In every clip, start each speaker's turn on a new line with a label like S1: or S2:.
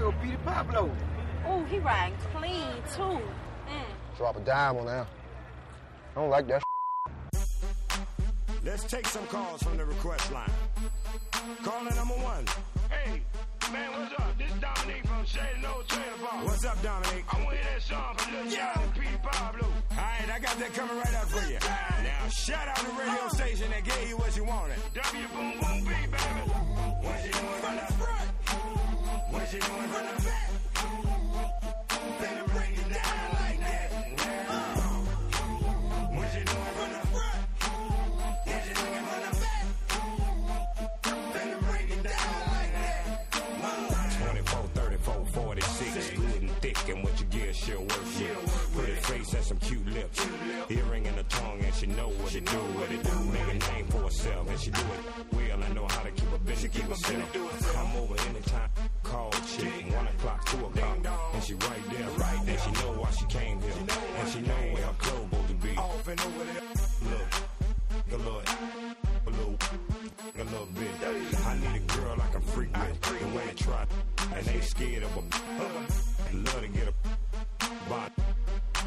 S1: must be the Pablo.
S2: Ooh, Oh, he riding clean too. Mm.
S3: Drop a dime on that. I don't like that.
S4: Let's take some calls from the request line. Caller number one.
S5: Hey, man, what's up? This Dominique from Shady No Trailer Park.
S4: What's up, Dominic?
S5: I want to hear that song from Lil
S4: Yeah.
S5: John and Pete Pablo.
S4: All right, I got that coming right up for you. Now, shout out the radio station that gave you what you wanted.
S5: Uh. W Boom Boom B, baby.
S4: What you doing from the front? What you doing from the back? Better break it down like that. Uh. What you doing from the front? What you doing from the back? Better break it down like that. Uh. 24, 34, 46. Good and thick, and what you give, she'll work with. Pretty face and some cute lips. Earring and a tongue, and she know what to do with it. Make a name for herself, and she do it well. I know how to keep a bitch and keep herself. Come over anytime, call chick. One o'clock, two o'clock, and she right there. Right there. And she know why she came here, and she know where her clothes supposed to be. Off and over there. Look, a little, a little, a little bit. I need a girl I can freak with. And when they try, and they scared of a, love to get a body.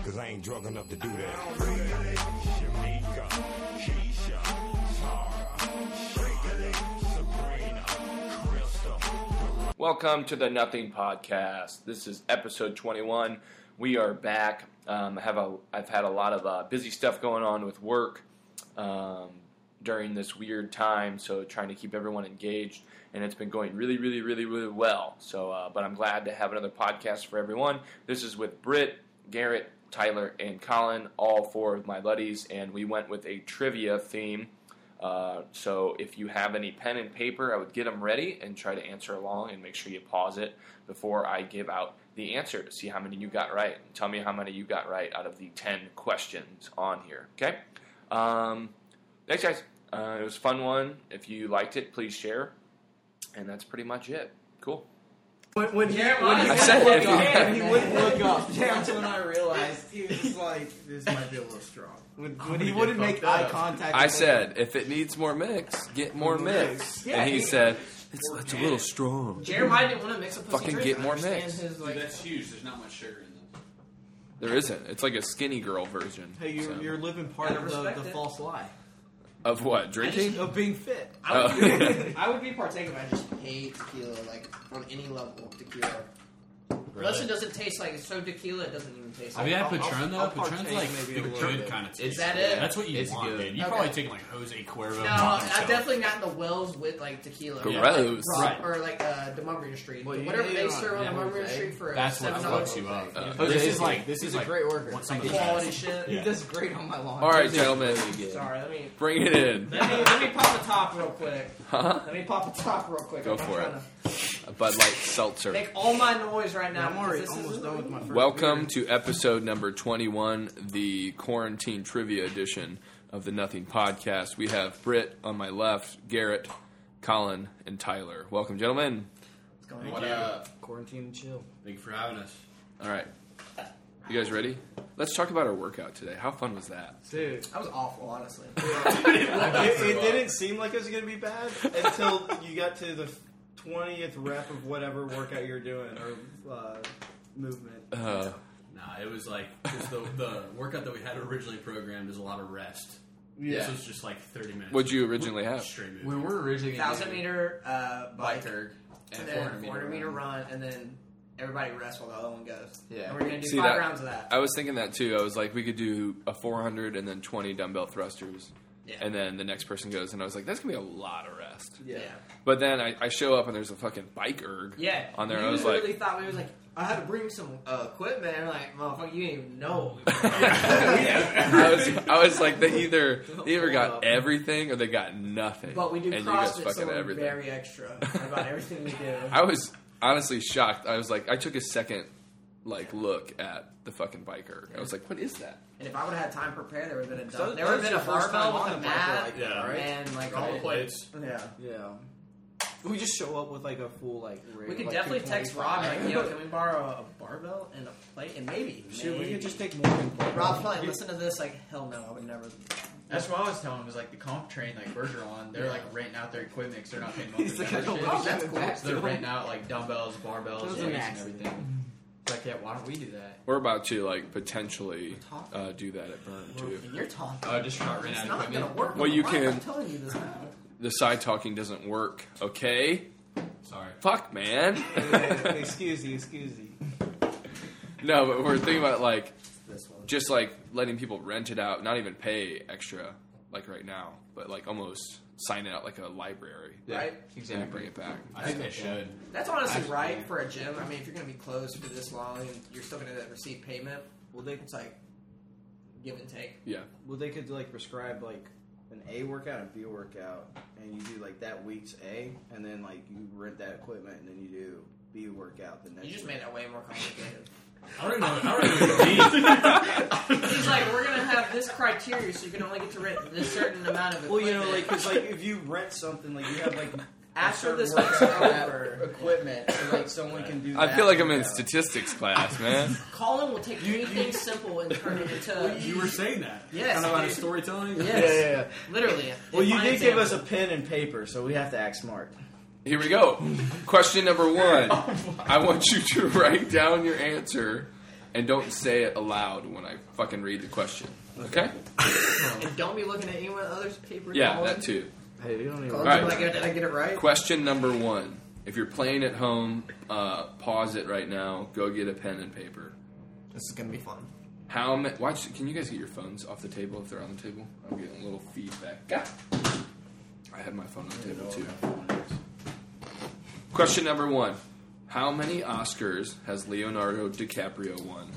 S4: Cause I ain't drunk enough to do that. Shamika, Keisha, Tara, Shakely, Sabrina, Crystal.
S6: Welcome to the Nothing Podcast. This is episode 21. We are back. Um, I have a, I've had a lot of uh, busy stuff going on with work um, during this weird time, so trying to keep everyone engaged, and it's been going really, really, really, really well. So, uh, but I'm glad to have another podcast for everyone. This is with Britt, Garrett, Tyler, and Colin, all four of my buddies, and we went with a trivia theme. Uh, so if you have any pen and paper, I would get them ready and try to answer along and make sure you pause it before I give out the answer to see how many you got right. Tell me how many you got right out of the 10 questions on here. Okay? Um, thanks, guys. Uh, it was a fun one. If you liked it, please share. And that's pretty much it. Cool.
S7: When, when, he, when he
S6: I said
S7: wouldn't
S6: it.
S7: look up, he wouldn't look up. That's when I realized.
S1: He was like, this might be a little strong.
S7: When, when he wouldn't make eye contact.
S8: I
S7: with-
S8: said, if it needs more mix, get more mix.
S7: Yeah,
S8: and he
S7: he-
S8: said, it's, it's a little strong.
S9: Jeremiah didn't want to mix up pussy
S8: Fucking
S9: drink.
S8: get
S9: I
S8: more
S9: understand
S8: mixed.
S9: His, like,
S10: That's huge. There's not much sugar in them.
S8: There isn't. It's like a skinny girl version.
S7: Hey,
S8: so.
S7: you're, you're living part
S9: I
S7: of the,
S9: respect
S7: the
S9: it.
S7: false lie
S8: Of what? Drinking?
S7: of being fit.
S8: Oh.
S9: I would be partaking, but I just hate tequila, like on any level of tequila. Unless it doesn't taste like it's so tequila, it doesn't even taste.
S10: Have
S9: like
S10: you
S9: it.
S10: had
S7: I'll-
S10: Patron
S7: I'll
S10: though? Patron's
S7: partake
S10: like
S7: maybe a
S10: the
S7: little
S10: good
S7: bit.
S10: kind of taste.
S9: Is that it?
S10: That's what you
S9: It's
S10: want,
S9: good.
S10: dude. You
S9: Okay.
S10: probably take like Jose Cuervo.
S9: No,
S10: and Bobby
S9: I've
S10: Sell.
S9: definitely gotten the wells with like tequila,
S8: Gross.
S9: Like, Rock,
S10: Right.
S9: or like uh, Demumbrian Street,
S7: Well,
S9: But
S7: you
S9: whatever
S7: need
S9: they
S7: it
S9: serve
S7: on
S9: on Demumbrian
S7: Jose.
S9: Street for a
S10: That's what
S9: seven
S10: fucks you up.
S8: Uh,
S10: this is
S7: Jose-
S10: like this is
S9: a
S10: like
S9: great worker.
S10: What some of
S9: Like,
S10: the
S9: quality
S10: best.
S9: shit.
S10: Yeah.
S7: He does great on my lawn.
S8: All right, gentlemen.
S9: Sorry, let me
S8: Bring it in.
S9: let me let me pop a top real quick.
S8: Huh?
S9: Let me pop a top real quick.
S8: Go
S9: I'm not
S8: for it.
S9: trying to
S8: A Bud Light Seltzer.
S9: Make all my noise right now.
S7: I'm already
S9: because this
S7: almost
S9: is-
S7: done with my first.
S8: Welcome to episode number 21, the quarantine trivia edition of the Nothing Podcast. We have Britt on my left, Garrett, Colin, and Tyler. Welcome, gentlemen.
S9: What's going on?
S10: What up?
S7: quarantine and chill.
S10: Thank you for having us.
S8: All right. You guys ready? Let's talk about our workout today. How fun was that?
S7: Dude,
S9: That was awful, honestly.
S7: it, it didn't seem like it was gonna be bad until you got to the twentieth rep of whatever workout you're doing or uh, movement.
S8: Uh,
S10: Nah, it was like 'cause the the workout that we had originally programmed is a lot of rest. This was just like 30 minutes.
S8: what'd you originally have?
S10: Straight
S9: We
S10: movement.
S9: were originally thousand meter uh, bike,
S10: biker
S9: and
S10: and
S9: then 400
S10: 400 meter
S9: meter
S10: run.
S9: run, and then everybody rests while the other one goes.
S10: Yeah.
S9: and we're gonna do
S8: See,
S9: five
S8: that-
S9: rounds of that.
S8: I was thinking that too. I was like, we could do a 400 and then 20 dumbbell thrusters.
S9: Yeah.
S8: And then the next person goes, and I was like, that's going to be a lot of rest.
S9: yeah,
S8: But then I, I show up and there's a fucking bike erg
S9: yeah.
S8: on there.
S9: You
S8: I was
S9: literally
S8: like,
S9: thought we was like, I had to bring some uh, equipment. And like, motherfucker, you didn't even know.
S8: I was I was like, they either they either
S9: Hold
S8: got
S9: up.
S8: everything or they got nothing.
S9: but we do
S8: and you guys
S9: CrossFit,
S8: fucking
S9: so we're
S8: everything.
S9: very extra about everything we do.
S8: I was honestly shocked. I was like, I took a second like look at the fucking biker. I was like, what is that?
S9: and if I would have had time prepared, there would have been a
S7: So
S9: dumb, there would have
S7: that's
S9: been a
S7: your first time
S9: barbell with
S7: on
S9: a
S7: the bike,
S9: mat
S7: like,
S10: Yeah.
S7: right?
S9: and like all
S10: Couple
S9: the
S10: plates.
S9: Yeah.
S7: Yeah. We just show up with like a full like. rig,
S9: We could
S7: like,
S9: definitely
S7: 225.
S9: text Rob like, yo, can we borrow a barbell and a plate? And maybe,
S7: Shoot, we
S9: maybe-
S7: could just take more than
S9: Rob's probably listen to this like, hell no, I would never.
S11: That's what I was telling him. Was like the comp train, like Berger on. They're like renting out their equipment because they're not paying money.
S9: He's
S11: for
S9: like,
S11: that
S9: I don't
S11: shit.
S9: want to
S11: that's
S9: give it
S11: cool.
S9: back
S11: So
S9: to
S11: they're
S9: him.
S11: renting out like dumbbells, barbells,
S9: Those are
S11: weights, and
S9: nice.
S11: everything. It's like, yeah, why don't we do that?
S8: We're about to like potentially uh, do that at Burn too.
S9: You're talking.
S10: Oh, just not ran out
S9: It's
S10: of
S9: not
S10: equipment.
S9: gonna work.
S8: Well, you
S9: Why
S8: can-
S9: am I telling you this now.
S8: The side talking doesn't work. Okay.
S10: Sorry.
S8: Fuck, man.
S7: excuse me, excuse me.
S8: no, but we're thinking about like
S9: This one.
S8: just like letting people rent it out, not even pay extra like right now, but like almost sign it out like a library.
S9: Right?
S8: And bring it back.
S10: I think they should.
S9: That's honestly
S10: Actually,
S9: right
S10: yeah.
S9: for a gym. I mean, if you're going to be closed for this long and you're still going to receive payment, well, then it's like give and take.
S8: Yeah.
S7: Well, they could like prescribe like an A workout and a B workout, and you do like that week's A, and then like you rent that equipment, and then you do B workout the next.
S9: You just
S7: week.
S9: made that way more complicated.
S10: I don't even know. I don't even know what it means.
S9: He's like, we're going to have this criteria, so you can only get to rent this certain amount of
S7: Well,
S9: equipment.
S7: you know, like because like if you rent something, like you have like a
S9: after
S7: certain
S9: this
S7: workout
S9: week's over,
S7: equipment, so like someone can do.
S8: I
S7: that
S8: feel like I'm in
S7: workout.
S8: statistics class, man.
S9: Colin will take anything simple and turn it into.
S10: You were saying that.
S9: Yes,
S10: I don't know about
S9: dude.
S10: storytelling.
S9: Yes. Literally.
S7: Well, you
S9: Find
S7: did give us a
S9: examples.
S7: pen and paper, so we have to act smart.
S8: Here we go. Question number one. I want you to write down your answer and don't say it aloud when I fucking read the question. Okay?
S9: And don't be looking at anyone else's paper.
S8: Yeah,
S9: Colin.
S8: that too.
S7: Hey, you don't even.
S9: Colin,
S8: All right.
S9: did, I get, did I get it right?
S8: Question number one. If you're playing at home, uh, pause it right now. Go get a pen and paper.
S9: This is going to be fun.
S8: How many? Watch. Can you guys get your phones off the table if they're on the table? I'm getting a little feedback. Ah. I had my phone on the table too. Question number one: How many Oscars has Leonardo DiCaprio won,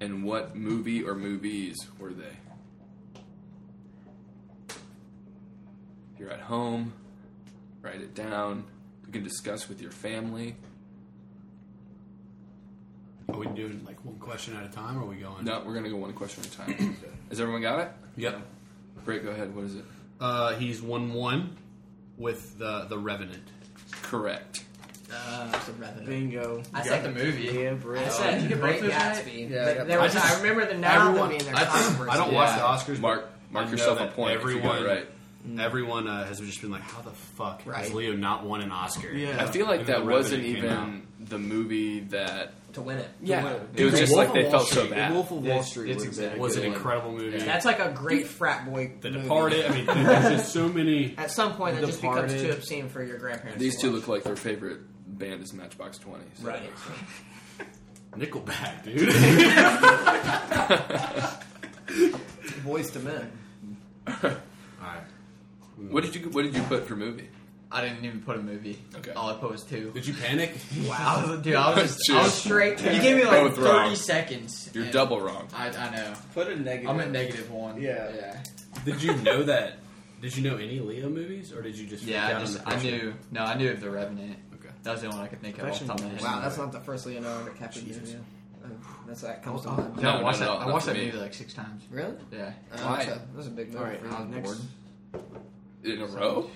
S8: and what movie or movies were they? If you're at home, write it down. You can discuss with your family.
S10: Are we doing like one question at a time, or are we going?
S8: No, we're gonna go one question at a time. Has everyone got it?
S10: Yep.
S8: Great. Go ahead. What is it?
S10: Uh, he's one one with the the Revenant.
S8: Correct.
S9: Uh, it's a revenue.
S7: Bingo.
S9: I said the
S11: movie.
S7: Yeah, bro.
S9: I said
S10: you
S9: the
S10: get
S9: Great
S10: both those
S9: Gatsby.
S7: Yeah, I
S9: But
S7: got
S9: there
S10: both.
S9: was,
S10: I
S9: I,
S10: just-
S9: remember the now
S10: everyone,
S9: being their
S10: I, think-
S9: controversy.
S10: I don't watch the
S8: Yeah.
S10: Oscars. but
S8: Mark- mark
S10: I
S8: yourself
S10: know
S8: a
S10: that
S8: point if you got
S10: Everyone,
S8: it right.
S10: everyone uh, has just been like, "How the fuck has
S9: Right.
S10: Leo not won an Oscar?"
S7: Yeah.
S8: I feel like
S10: Even
S8: that
S10: though
S8: wasn't
S10: Revenant came out.
S8: even the movie that.
S9: to win it.
S8: Yeah,
S7: Dude,
S8: it was
S10: The
S8: just
S10: Wolf
S8: like
S10: of
S8: they
S10: Wall
S8: felt so
S10: Street-
S8: bad.
S7: The Wolf of Wall
S11: That's-
S7: Street
S11: that's
S7: would've been a
S11: exactly
S10: was
S7: good
S10: an
S7: one.
S10: incredible movie.
S9: That's like a great frat boy.
S10: The
S9: movie.
S10: Departed. I mean, there's just so many.
S9: At some point, that just becomes
S7: Departed.
S9: too obscene for your grandparents.
S8: These
S9: to
S8: two
S9: watch.
S8: look like their favorite band is Matchbox Twenty. so-
S9: right.
S10: Nickelback, dude.
S9: Boys to men.
S10: All right.
S8: What did you What did you put for movie?
S11: I didn't even put a movie.
S8: Okay.
S11: All I put was two.
S10: Did you panic?
S11: Wow, dude, I was just, I
S8: Cheers.
S11: was
S9: Straight.
S11: You gave me like
S8: Both
S11: 30
S8: wrong.
S11: seconds.
S8: You're
S11: and
S8: double wrong.
S11: I, I know.
S7: Put a negative.
S11: I'm at negative one.
S7: Yeah.
S11: Yeah.
S10: Did you know that? Did you know any Leo movies, or did you just freak
S11: Yeah, I,
S10: out
S11: just,
S10: on the
S11: I
S10: question?
S11: knew. No, I knew of The Revenant.
S10: Okay.
S11: That was the only one I could think of off the
S7: Perfection
S11: top of my head.
S9: Wow, that's not the first Leonardo DiCaprio movie. Uh, That's that comes to mind.
S11: Dude,
S8: No,
S11: I watched
S8: no, no,
S11: that, I
S8: not
S11: watched
S8: for
S11: that
S8: me.
S11: movie like six times.
S9: Really?
S11: Yeah.
S9: Uh,
S8: Why?
S9: That's a, that's a big movie.
S7: All right,
S9: for
S7: uh,
S9: you.
S7: next.
S11: Bored.
S8: In a row.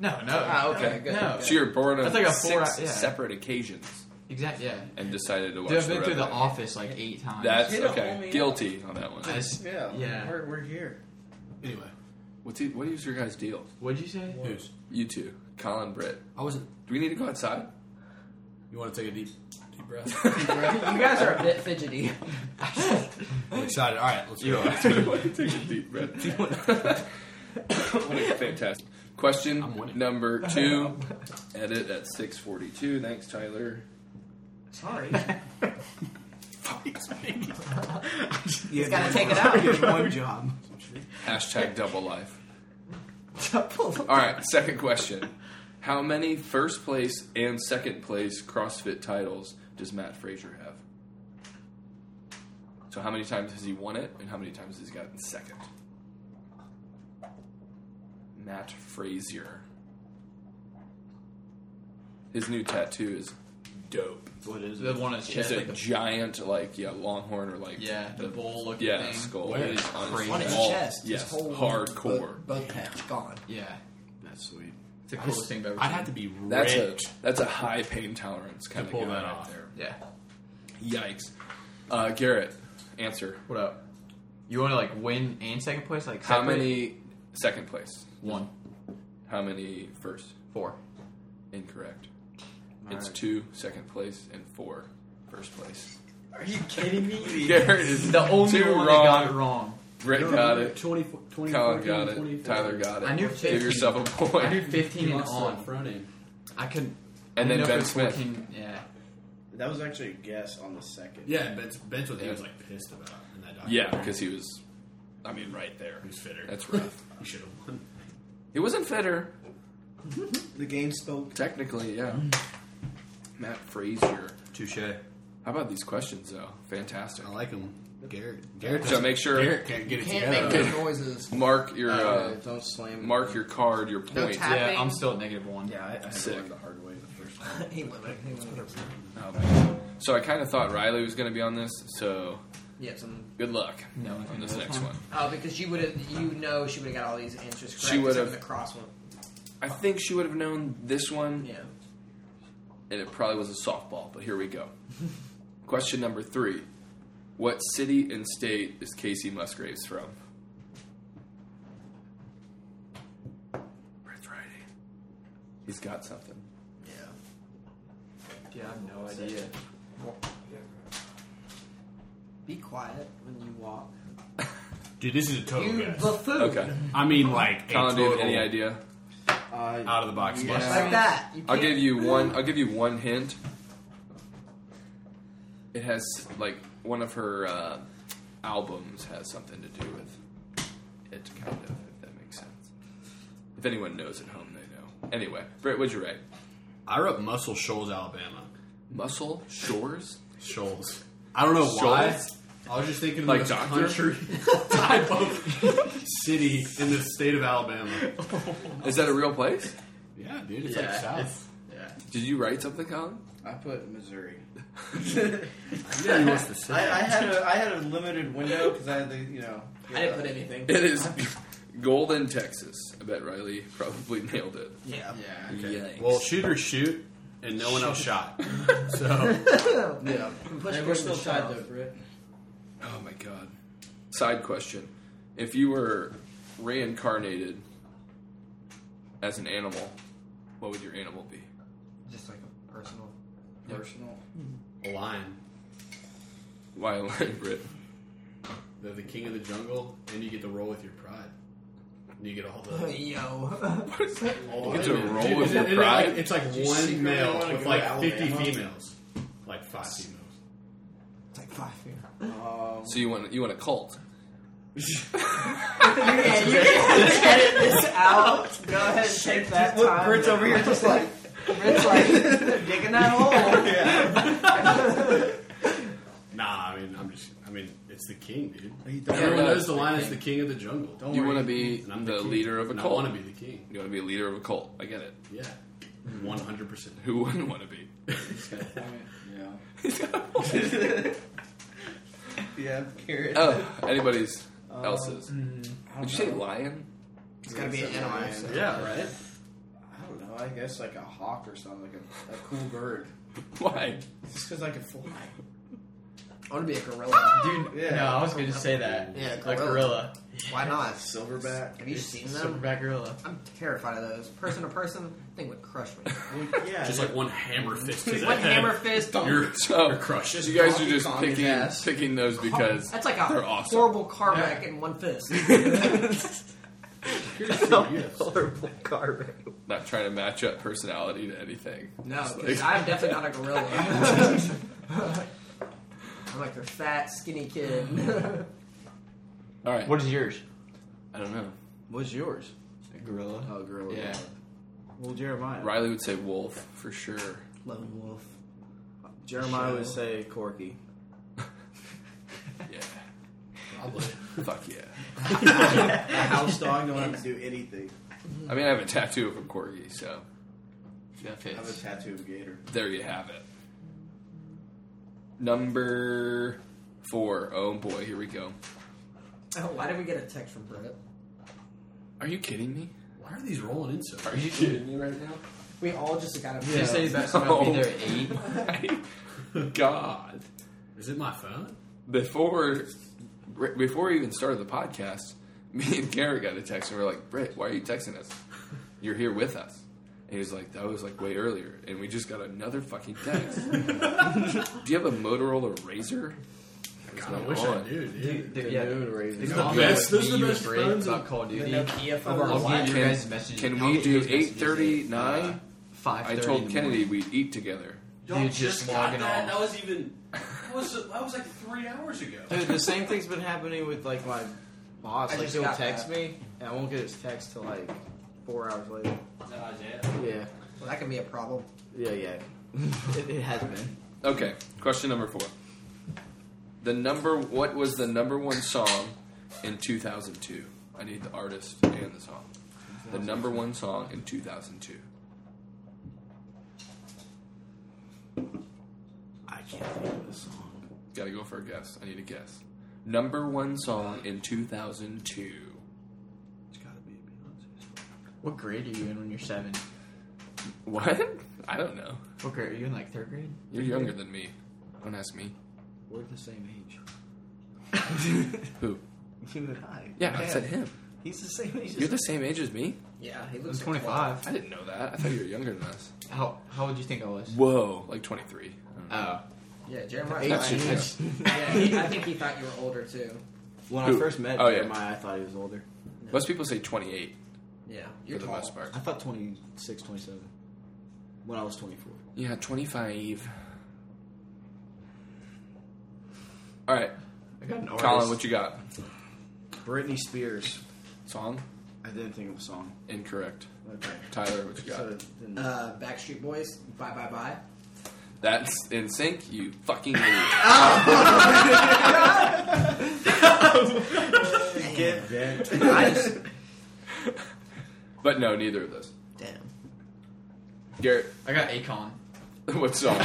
S11: No, no.
S9: Ah, okay, good.
S11: No.
S8: So you're born on
S11: That's like a
S8: six
S11: four- yeah.
S8: separate occasions
S11: Exactly, yeah.
S8: and decided to watch.
S11: Dude, I've been
S8: the
S11: through The
S8: Revenant.
S11: Office like eight times.
S8: That's
S7: Hit a
S8: okay.
S7: homie.
S8: Guilty on that one.
S11: I just-
S7: Yeah.
S11: Yeah.
S7: We're, we're here.
S10: Anyway,
S8: What's he, what is your guys' deal?
S11: What'd you say?
S10: who's?
S8: You two, Colin, Britt.
S10: I wasn't.
S8: Do we need to go outside?
S10: You want to take a deep, deep breath?
S9: You guys are a bit fidgety.
S10: I'm excited. All right, let's go.
S8: Take a deep breath. What a fantastic. Question
S10: I'm winning.
S8: number two. Edit at 642. Thanks, Tyler.
S9: Sorry.
S7: He's
S9: gotta take it out.
S7: one job.
S8: Hashtag double life.
S9: Double.
S8: All right, second question. How many first place and second place CrossFit titles does Matt Frazier have? So, how many times has he won it, and how many times has he gotten second? Matt Frazier. His new tattoo is dope.
S10: What is
S11: The one on his
S8: it's
S11: chest.
S8: a
S11: like the-
S8: giant, like yeah, longhorn or like
S11: yeah, the bull looking
S8: yeah
S11: thing.
S8: skull.
S10: Where?
S8: It is on his
S9: On his
S8: wall.
S9: chest. his
S8: Yes,
S9: whole
S8: hardcore.
S9: Both, both half gone.
S11: Yeah.
S10: That's sweet.
S11: It's the coolest thing I've ever
S10: I'd
S11: seen.
S10: have to be rich.
S8: That's a that's a high pain tolerance kind of
S10: pull
S8: guy
S10: that
S8: right
S10: off.
S8: there.
S11: Yeah.
S8: Yikes. Uh, Garrett, answer.
S11: What up? You want to like win and second place? Like
S8: How
S11: separate?
S8: many Second place.
S10: One.
S8: How many first?
S10: Four.
S8: Incorrect.
S10: All
S8: it's
S10: right.
S8: two second place and four first place.
S11: Are you kidding me?
S8: Garrett is
S11: the only
S8: two wrong.
S11: one that got it wrong.
S8: Brett
S11: No,
S8: got
S11: no,
S8: it.
S10: 24 24,
S8: Colin got
S10: 24.
S8: it. Tyler got it.
S11: I knew
S8: Give
S11: 15.
S8: yourself a point.
S11: I knew 15
S10: He
S11: and
S10: lost
S11: on.
S10: on Friday.
S11: I could.
S8: And then Ben Smith.
S11: Yeah.
S7: That was actually a guess on the second.
S10: Yeah, Ben's, Ben's what he was like pissed about in that documentary.
S8: Yeah, because he was, I mean, right there.
S10: He was fitter.
S8: That's rough.
S10: He should have won.
S8: he wasn't fitter,
S7: The game spoke.
S8: technically, yeah. Matt Frazier.
S10: Touche. I
S8: How about these questions, though? Fantastic.
S10: like him. Garrett. Garrett.
S8: So make sure-
S10: Garrett can't get it
S9: Can't make
S10: together.
S9: good noises.
S8: Mark your uh,
S7: don't slam.
S8: mark your card, your
S9: No
S8: point.
S9: tapping.
S11: Yeah, I'm still at negative one.
S7: Yeah, I, I had to
S8: Sick.
S7: learn the hard way the first time.
S9: he went back. He went back.
S8: Oh, man. so I kind of thought Riley was going to be on this. So
S9: Yeah, some.
S8: good luck
S11: No, I
S8: on
S11: think
S8: this
S11: that's
S8: next
S11: fine.
S8: one.
S9: Oh, because you would have. You know, she would have got all these answers correct.
S8: She would've-
S9: except for the cross one.
S8: I think she would have known this one,
S9: Yeah.
S8: and it probably was a softball. But here we go. Question number three: What city and state is Casey Musgraves from? Brett Friday. He's got something.
S11: Yeah, I have no idea.
S9: Be quiet when you walk.
S10: Dude, this is a total
S9: You
S10: guess.
S9: buffoon.
S8: Okay.
S10: I mean, like, a
S8: Colin, do you have
S10: total
S8: any idea?
S10: Out of the box.
S11: Yeah.
S10: bust.
S9: Like that. You
S8: I'll
S9: can't-
S8: give you one. I'll give you one hint. It has like one of her uh, albums has something to do with it, kind of. If that makes sense. If anyone knows at home, they know. Anyway, Britt, what'd you write?
S10: I wrote Muscle Shoals, Alabama.
S8: Muscle Shores.
S10: Shoals. I don't know why.
S8: Shoals?
S10: I was just thinking of
S8: Like
S10: this
S8: doctor?
S10: country type of city in the state of Alabama.
S8: Is that a real place?
S10: Yeah, dude, it's
S11: Yeah,
S10: like south.
S11: it's- yeah.
S8: Did you write something, Colin?
S7: I put Missouri.
S10: yeah, he wants to say.
S7: I, I had a I had a limited window because I had the you know.
S9: I didn't put anything.
S8: It is Golden, Texas. I bet Riley probably nailed it.
S9: Yeah.
S11: Yeah.
S10: Okay.
S8: Yikes.
S10: Well, shoot or shoot, and no one else shot. So
S7: Yeah.
S9: Push
S7: And we're
S9: Bruce
S7: still
S9: to
S7: tied
S9: shove.
S7: though, Britt.
S8: Oh my god. Side question. If you were reincarnated as an animal, what would your animal be?
S9: Just like a personal.
S7: Personal.
S10: a lion,
S8: Why a lion, Brit?
S10: they're the king of the jungle, and you get to roll with your pride. And you get all the.
S9: Yo.
S10: All
S8: You get to
S10: of it.
S8: roll
S10: Dude,
S8: with
S10: is
S8: your
S10: it- is it
S8: pride?
S10: Like, it's like
S7: secretly
S10: one male
S7: wanna go
S10: with
S7: to
S10: like fifty
S7: Alabama?
S10: females, like five females.
S9: it's like five here.
S7: Um,
S8: So you want you want a cult?
S9: Yeah, you can edit this out. Go ahead and take that
S7: look,
S9: time.
S7: Britt's over here just like
S9: Britt's like digging that hole.
S10: Nah, I mean, I'm just. I mean, it's the king, dude.
S8: Yeah,
S10: Everyone
S8: no,
S10: knows
S8: it's
S10: the
S8: the
S10: lion is the king of the jungle. Don't
S8: You
S10: worry.
S8: wanna be
S10: And I'm
S8: the
S10: king.
S8: leader of a
S10: And
S8: cult.
S10: I want to be the king.
S8: You want to be a leader of a cult? I get it.
S10: Yeah, one hundred percent.
S8: Who wouldn't want to be?
S7: yeah. yeah, carrot.
S8: Oh, anybody's else's? Did you say
S7: know.
S8: lion?
S9: It's gotta be an
S7: Britt's a
S9: animal.
S7: lion.
S9: so-
S10: Yeah, right.
S7: I don't know. I guess like a hawk or something, like a, a cool bird.
S8: Why?
S7: Just because I can fly.
S9: I want to be a gorilla.
S11: Dude,
S7: Yeah.
S11: no, I was gonna say that.
S9: Yeah,
S11: like
S9: gorilla.
S11: gorilla.
S9: Why not?
S7: Silverback.
S9: Have you seen them?
S11: Silverback gorilla.
S9: I'm terrified of those. Person to person, thing would crush me.
S7: Well, yeah.
S10: Just like one hammer fist. to
S9: One
S10: that head.
S9: hammer fist.
S10: You're,
S8: So-
S10: you're crushed.
S8: You guys are just
S7: Kong his
S8: picking
S7: ass.
S8: picking those because
S9: That's like a
S8: they're awesome.
S9: horrible car wreck in one fist.
S10: Here's two gifts.
S9: horrible car wreck.
S8: Not trying to match up personality to anything.
S9: No,
S8: Just
S9: 'cause
S8: like-
S9: I'm definitely not a gorilla. I'm like the fat, skinny kid.
S8: all right.
S11: What is yours?
S8: I don't know.
S7: What's yours?
S11: A gorilla.
S7: Oh, gorilla.
S11: Yeah.
S7: Well, Jeremiah.
S8: Riley would say wolf for sure.
S9: Lone wolf.
S7: Jeremiah would
S9: Show.
S7: say Corky.
S8: Yeah.
S10: Probably.
S8: Fuck yeah.
S7: A house dog don't have to do anything.
S8: I mean, I have a tattoo of a corgi, so
S11: That
S7: I have a
S11: fits.
S7: tattoo of a gator.
S8: there you have it. Number four. Oh boy, here we go.
S9: Oh, why did we get a text from Britt?
S8: Are you kidding me?
S10: Why are these rolling in so?
S8: Are you kidding me right now?
S9: We all just got a
S11: Did you say that someone be there at eight?
S8: God.
S10: Is it my phone?
S8: Before before we even started the podcast, me and Garrett got a text and we are like, Britt, why are you texting us? You're here with us. And he was like, that was like way earlier. And we just got another fucking text. Do you have a Motorola Razor?
S10: God, I wish I do, dude. Dude, the- yeah, the- these are the
S8: Nokia
S10: best-
S8: with
S10: those are the
S8: me was
S10: best
S8: great
S10: phones
S8: about
S10: in-
S8: Call of
S10: the
S8: Duty.
S10: Nokia phones are
S8: I'll give
S10: wild.
S8: you
S10: Your
S8: guys
S10: guys' messages-
S8: Can
S10: I'll
S8: we
S10: give you
S8: do
S10: guys
S8: eight
S10: messages at,
S8: thirty nine?
S10: uh, 5:30
S8: I
S10: in
S8: told
S10: the
S8: Kennedy
S10: morning.
S8: we'd eat together.
S10: Y'all Dude, just just got logging that, off.
S12: That was even. That was, that was like three hours ago.
S13: Dude, the same thing's been happening with like my boss.
S12: I
S13: like
S12: just
S13: he'll
S12: got
S13: text
S12: that.
S13: me, and I won't get his text till like four hours later.
S12: That was it.
S13: Yeah.
S9: Well, that can be a problem.
S13: Yeah, yeah. it, it has been.
S8: Okay, question number four. The number what was the number one song in two thousand two? I need the artist and the song. The number one song in two thousand two.
S13: I can't think of the song.
S8: Gotta go for a guess. I need a guess. Number one song in two thousand two.
S11: What grade are you in when you're seven?
S8: What? I don't know.
S11: What grade are you in? Like third grade?
S8: You're younger than me. Don't ask me.
S11: We're the same age.
S8: Who?
S13: You and I.
S8: Yeah, I said him.
S13: He's the same age. as
S8: You're the same age as me.
S9: Yeah, he
S11: looks
S9: looks
S11: I'm
S9: like
S11: 25.
S8: I didn't know that. I thought you were younger than us.
S11: How how would you think I was?
S8: Whoa, like 23.
S11: Oh.
S9: Yeah, Jeremiah.
S8: That's
S9: thought-
S8: just-
S9: yeah, he, I think he thought you were older too.
S13: When
S8: Who?
S13: I first met
S8: Oh, yeah.
S13: Jeremiah, I thought he was older.
S8: Most people say 28.
S9: Yeah,
S8: you're the tall. most part.
S13: I thought 26, 27. When I was 24.
S8: Yeah, 25. All right.
S13: I got an
S8: Colin,
S13: artist.
S8: what you got?
S13: Britney Spears.
S8: Song?
S13: I didn't think of a song.
S8: Incorrect.
S13: Okay.
S8: Tyler, what you got?
S13: So, then-
S9: Uh, Backstreet Boys, bye bye bye.
S8: That's in sync, you fucking idiot.
S7: Get bent.
S8: but no, neither of those.
S9: Damn.
S8: Garrett,
S11: I got Akon.
S8: what song?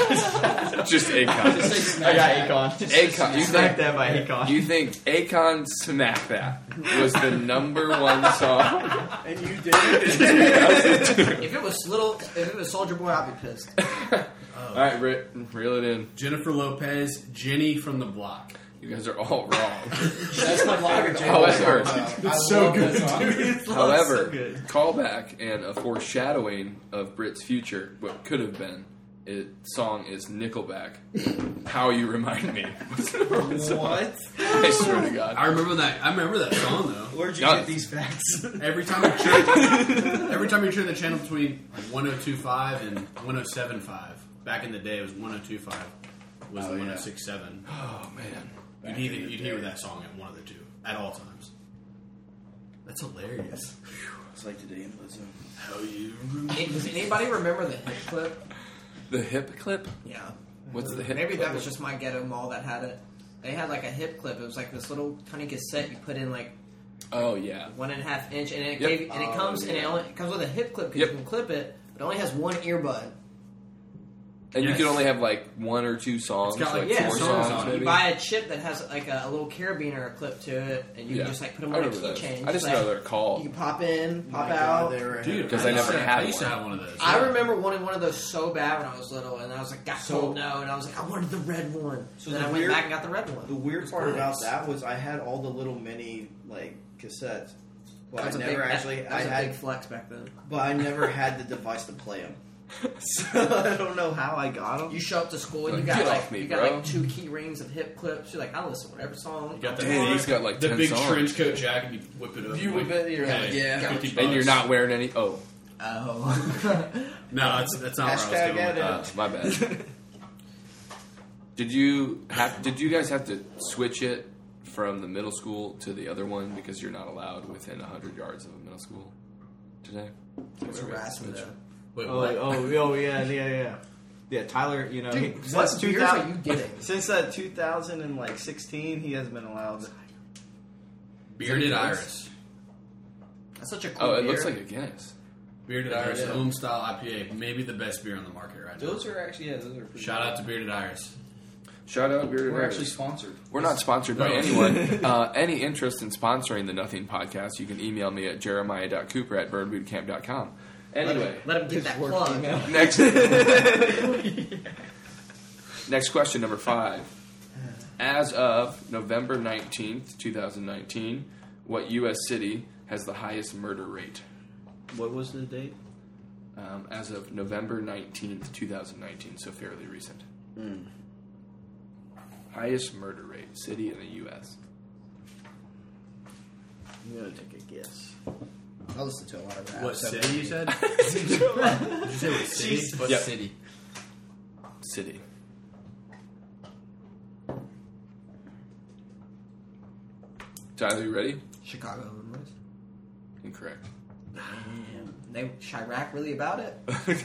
S8: Just Akon.
S11: Just say smack I got that. Akon. Just
S8: Akon. You
S11: smack
S8: think,
S11: that by Akon.
S8: You think Akon Smack That was the number one song
S7: And you did it.
S9: if it was little, if it was Soldier Boy, I'd be pissed.
S8: All right, Britt, reel it in.
S10: Jennifer Lopez, Jenny from the Block.
S8: You guys are all wrong.
S9: That's my favorite Jennifer
S8: However,
S9: Lopez. It's I so love good, that song. dude. It's so
S8: however,
S9: good.
S8: callback and a foreshadowing of Brit's future, what could have been, it song is Nickelback. How you remind me. was the number one song.
S7: What?
S8: I swear to God.
S10: I remember that. I remember that song though.
S7: Where'd you
S8: Yeah.
S7: get these facts?
S10: Every time you turn, every time you turn the channel between like 102.5 and 107.5. Back in the day, it was 102.5. Was
S8: Oh, yeah.
S10: 106.7.
S8: Oh man.
S10: You'd, hear, you'd hear that song at one of the two at all times. That's hilarious.
S13: It's like today uh, in Blizzard.
S10: How you?
S9: Does anybody remember the hip clip?
S8: The hip clip?
S9: Yeah.
S8: What's the hip
S9: Maybe
S8: clip?
S9: that was just my ghetto mall that had it. They had like a hip clip. It was like this little tiny cassette you put in like
S8: Oh yeah.
S9: one and a half inch, and it
S8: Yep.
S9: gave, and it
S8: Oh,
S9: comes and it,
S8: yeah.
S9: only, it comes with a hip clip because
S8: Yep.
S9: you can clip it, but it only has one earbud.
S8: And
S10: Yes.
S8: you could only have like one or two songs,
S10: It's got,
S8: like
S10: like,
S9: Yeah,
S8: four
S9: so
S8: songs,
S10: songs.
S8: maybe.
S9: you buy a chip that has like a, a little carabiner clip to it, and you
S8: Yeah.
S9: can just like put them
S8: I
S9: on a
S8: remember those.
S9: keychain.
S8: I just
S9: like,
S8: know they're
S9: You
S8: called.
S9: can pop in, pop
S13: My
S9: out.
S13: God, they were-
S8: Because I
S10: used
S8: never
S10: to-
S8: had
S10: I used to
S8: one.
S10: have one of those.
S9: I remember wanting one of those so bad when I was little, and I was like, that's
S13: So-
S9: so no, and I was like, I wanted the red one.
S13: So
S9: then
S13: the
S9: I went
S13: weird-
S9: back and got the red one.
S13: The weird
S9: It's
S13: part about
S9: nice.
S13: that was I had all the little mini like cassettes, but
S9: That's
S13: I
S9: a
S13: never
S9: big,
S13: actually
S9: that
S13: I
S9: was a
S13: had,
S9: big flex back then.
S13: but I never had the device to play them. So I don't know how I got them.
S9: You show up to school and
S8: Like,
S9: you got
S8: get
S9: like
S8: off me,
S9: you got
S8: bro.
S9: like two key rings of hip clips. You're like, I listen to whatever song.
S10: You got that
S8: Damn, he's got, like,
S10: the
S8: 10
S10: big
S8: songs.
S10: trench coat jacket. and You whip it up.
S13: You
S10: like,
S13: whip it, you're
S10: hey,
S13: like, yeah.
S10: 50
S8: And you're
S10: bucks.
S8: not wearing any. Oh,
S9: Oh,
S10: No, that's, that's not where I was
S13: Hashtag
S10: going. with
S13: edit.
S10: that.
S8: uh, my bad. did you have? Did you guys have to switch it from the middle school to the other one because you're not allowed within hundred yards of a middle school today?
S9: it's harassment. though.
S10: Wait,
S7: Oh,
S10: what?
S7: like, oh, oh, yeah, yeah, yeah. Yeah, Tyler, you know,
S9: Dude,
S7: he-
S9: what
S7: since
S9: beers
S7: 2000
S9: are you getting?
S7: Since uh, that 2016, he hasn't been allowed.
S10: bearded
S8: Is that
S10: iris.
S9: That's such a cool.
S8: Oh, it
S9: beer.
S8: looks like a Guinness.
S10: Bearded Iris,
S13: yeah.
S10: home style IPA, maybe the best beer on the market right now.
S13: Those are actually yeah, those are pretty
S10: Shout out to Bearded Iris.
S8: Shout out, Bearded
S13: We're
S8: Iris.
S13: actually sponsored.
S8: We're not sponsored by
S10: No.
S8: anyone. uh, any interest in sponsoring the Nothing Podcast, you can email me at jeremiah.cooper at birdbootcamp.com. Anyway,
S9: Let him get that plug.
S8: next next question number five. As of November nineteenth, two thousand nineteen, What U.S. city has the highest murder rate?
S13: What was the date?
S8: Um, as of November 19th, 2019, so fairly recent.
S13: Mm.
S8: Highest murder rate, city in the U.S.
S13: I'm gonna take a guess. I'll listen to a lot of rap.
S10: What
S13: so-
S10: city you said? Did you say what city? What
S8: Yep.
S10: city?
S8: City. Tyler, you ready?
S13: Chicago, Illinois.
S8: Incorrect.
S13: Damn. They Chirac really about it?
S7: Is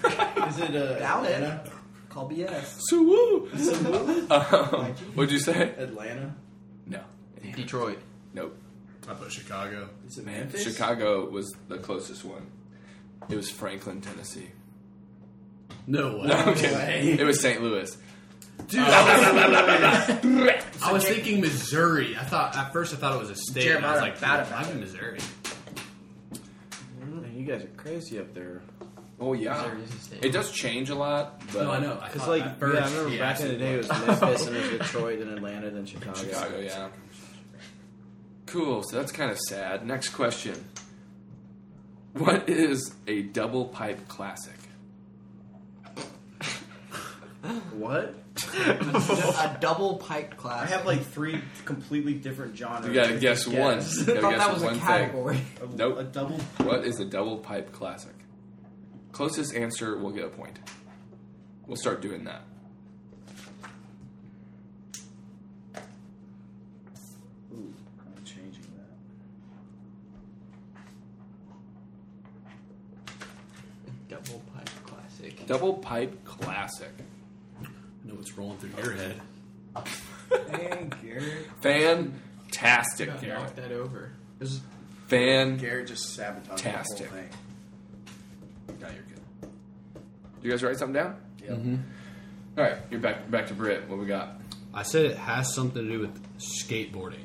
S7: it uh,
S13: About it? Call BS.
S8: So woo.
S10: Um,
S8: what'd you say?
S10: Atlanta.
S8: No.
S10: Detroit.
S8: Nope.
S10: I put Chicago. Is it
S8: Chicago was the closest one. It was Franklin, Tennessee.
S10: No way.
S8: okay.
S10: No way.
S8: It was St. Louis. Um,
S10: Dude, I, was, I was thinking Missouri. I thought at first I thought it was a state.
S13: Jared,
S10: and I was
S13: I'm
S10: like,
S13: bad
S10: dude, I'm in Missouri.
S13: You guys are crazy up there.
S8: Oh yeah,
S13: Missouri is a state.
S8: it does change a lot. But
S10: No, I know. I
S13: Because
S10: thought
S13: like
S10: at
S13: yeah,
S10: first,
S13: I remember
S10: yeah,
S13: back
S10: I
S13: in the
S10: said,
S13: day, it was
S10: what?
S13: Memphis and it was Detroit and Atlanta then Chicago.
S8: Chicago, yeah. Cool. So that's kind of sad. Next question: What is a double pipe classic?
S13: What? a double pipe class.
S7: I have like three completely different genres.
S8: You gotta guess one. You gotta
S13: Thought
S8: guess
S13: that was a
S8: one thing.
S13: category.
S8: Nope.
S7: A double.
S8: What is a double pipe classic? Closest answer will get a point. We'll start doing that.
S13: Ooh, I'm changing that.
S9: Double pipe classic.
S8: Double pipe classic.
S10: I know what's rolling through your head.
S13: Dang, Garrett.
S8: Fantastic,
S11: Knock
S8: Garrett.
S11: that over.
S8: Fan.
S13: Garrett just sabotaged
S8: the whole Tastic.
S13: thing.
S8: No, you're good. You guys write something down?
S13: Yep.
S8: All right, you're back back to Brit. What we got?
S10: I said it has something to do with skateboarding.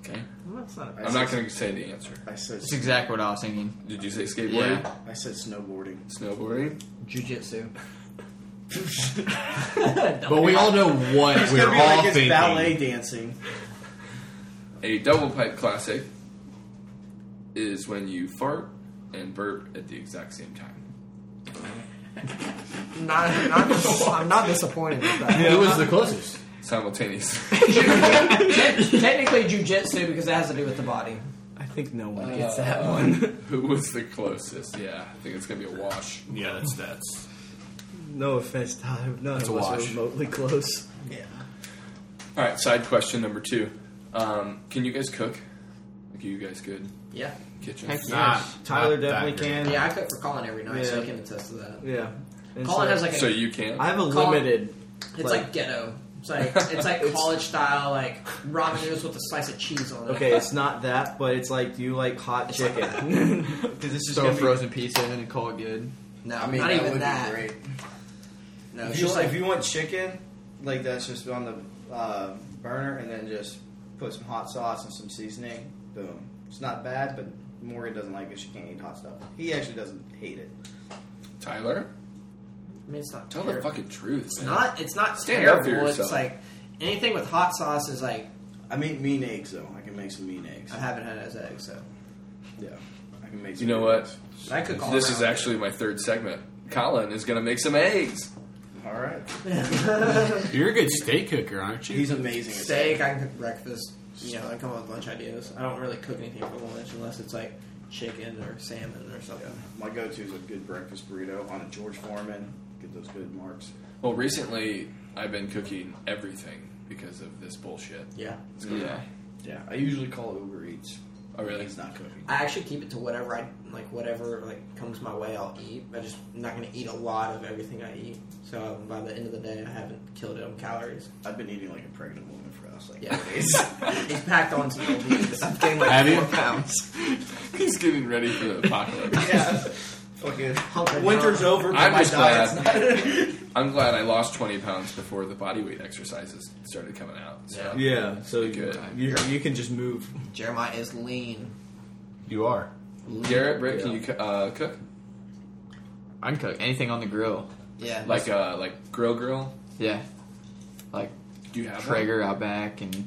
S8: Okay.
S7: That's not
S8: I'm not going to say the answer.
S13: I said.
S11: That's exactly what I was thinking.
S8: Did you say skateboarding?
S11: Yeah.
S13: I said snowboarding.
S8: Snowboarding?
S9: Jujitsu.
S10: But we all know what
S13: It's
S10: we're
S13: gonna
S10: all
S13: be like it's
S10: thinking.
S13: ballet dancing.
S8: A double pipe classic is when you fart and burp at the exact same time.
S9: Not, not, I'm not disappointed with that.
S10: Who was the closest?
S8: Simultaneous.
S9: Technically, jujitsu because that has to do with the body.
S13: I think no
S11: Uh,
S13: one gets that one.
S8: Who was the closest? Yeah, I think it's going to be a wash.
S10: Yeah, that's that's.
S7: No offense, Tyler. None
S8: It's
S7: of
S8: a
S7: us
S8: wash.
S7: are remotely close.
S13: Yeah.
S8: All right, side question number two. Um, can you guys cook? Like, are you guys good?
S9: Yeah.
S8: Kitchen?
S9: Heck yeah.
S10: Not,
S7: Tyler
S10: not that
S7: definitely
S10: great.
S7: can.
S9: Yeah, I cook for Colin every night, so
S7: Yeah.
S9: he can attest to that.
S7: Yeah. And
S9: Colin
S7: so-
S9: has like a.
S8: So you can?
S7: I have a
S9: Colin-
S7: limited.
S9: it's like, ghetto. It's like it's like college style like ramen noodles with a slice of cheese on it.
S7: Okay, it's not that, but it's like do you like hot chicken? Because it's just
S11: Throw
S7: gonna
S11: a
S7: be-
S11: frozen pizza in and call it good.
S9: no, not even that. No, it's
S7: If you,
S9: just like
S7: if you want chicken, like that's just on the uh, burner, and then just put some hot sauce and some seasoning. Boom. It's not bad, but Morgan doesn't like it. She can't eat hot stuff. He actually doesn't hate it.
S8: Tyler?
S9: I mean, it's not.
S8: Tell the
S9: terrible.
S8: fucking truth.
S9: It's
S8: man.
S9: not. It's not
S8: Stand up for
S9: terrible.
S8: yourself.
S9: It's like anything with hot sauce is like
S13: I mean, mean eggs though. I can make some mean eggs.
S9: I haven't had as egg, so
S13: Yeah, I can make.
S8: You
S13: Some
S8: know
S13: mean
S8: what?
S13: eggs.
S9: And I cook all
S8: This
S9: around.
S8: is actually my third segment. Colin is going to make some eggs.
S13: All right.
S10: You're a good steak cooker, aren't you?
S13: He's amazing. at that.
S9: steak. I can cook breakfast. You know, I come up with lunch ideas. I don't really cook anything for lunch unless it's like chicken or salmon or something.
S13: My go-to is a good breakfast burrito on a George Foreman. Get those good marks.
S8: Well, recently I've been cooking everything because of this bullshit.
S9: Yeah.
S8: It's going on.
S13: Yeah, I usually call Uber Eats.
S8: Oh, really?
S13: It's not cooking.
S9: I actually keep it to whatever I like. Whatever like comes my way, I'll eat. I just I'm not gonna eat a lot of everything I eat. So by the end of the day, I haven't killed it on calories.
S13: I've been eating like a pregnant woman for the last like
S9: Yeah.
S13: four days.
S9: It's packed on some old beans. I've gained like
S10: Have you?
S9: four pounds.
S8: He's getting ready for the apocalypse.
S13: yeah, fucking
S9: Hunkered
S13: winter's
S9: down.
S13: over. But
S8: I'm
S13: my
S8: just glad.
S13: diet's not.
S8: I'm glad I lost 20 pounds before the body weight exercises started coming out. So.
S7: Yeah, so
S8: Good.
S7: you you can just move.
S9: Jeremiah is lean.
S10: You are.
S8: Garrett, Britt, can you co- uh, cook?
S11: I can cook anything on the grill.
S9: Yeah.
S8: Like uh, like grill grill?
S11: Yeah. Like
S8: Do you have
S11: Traeger out back and
S8: one?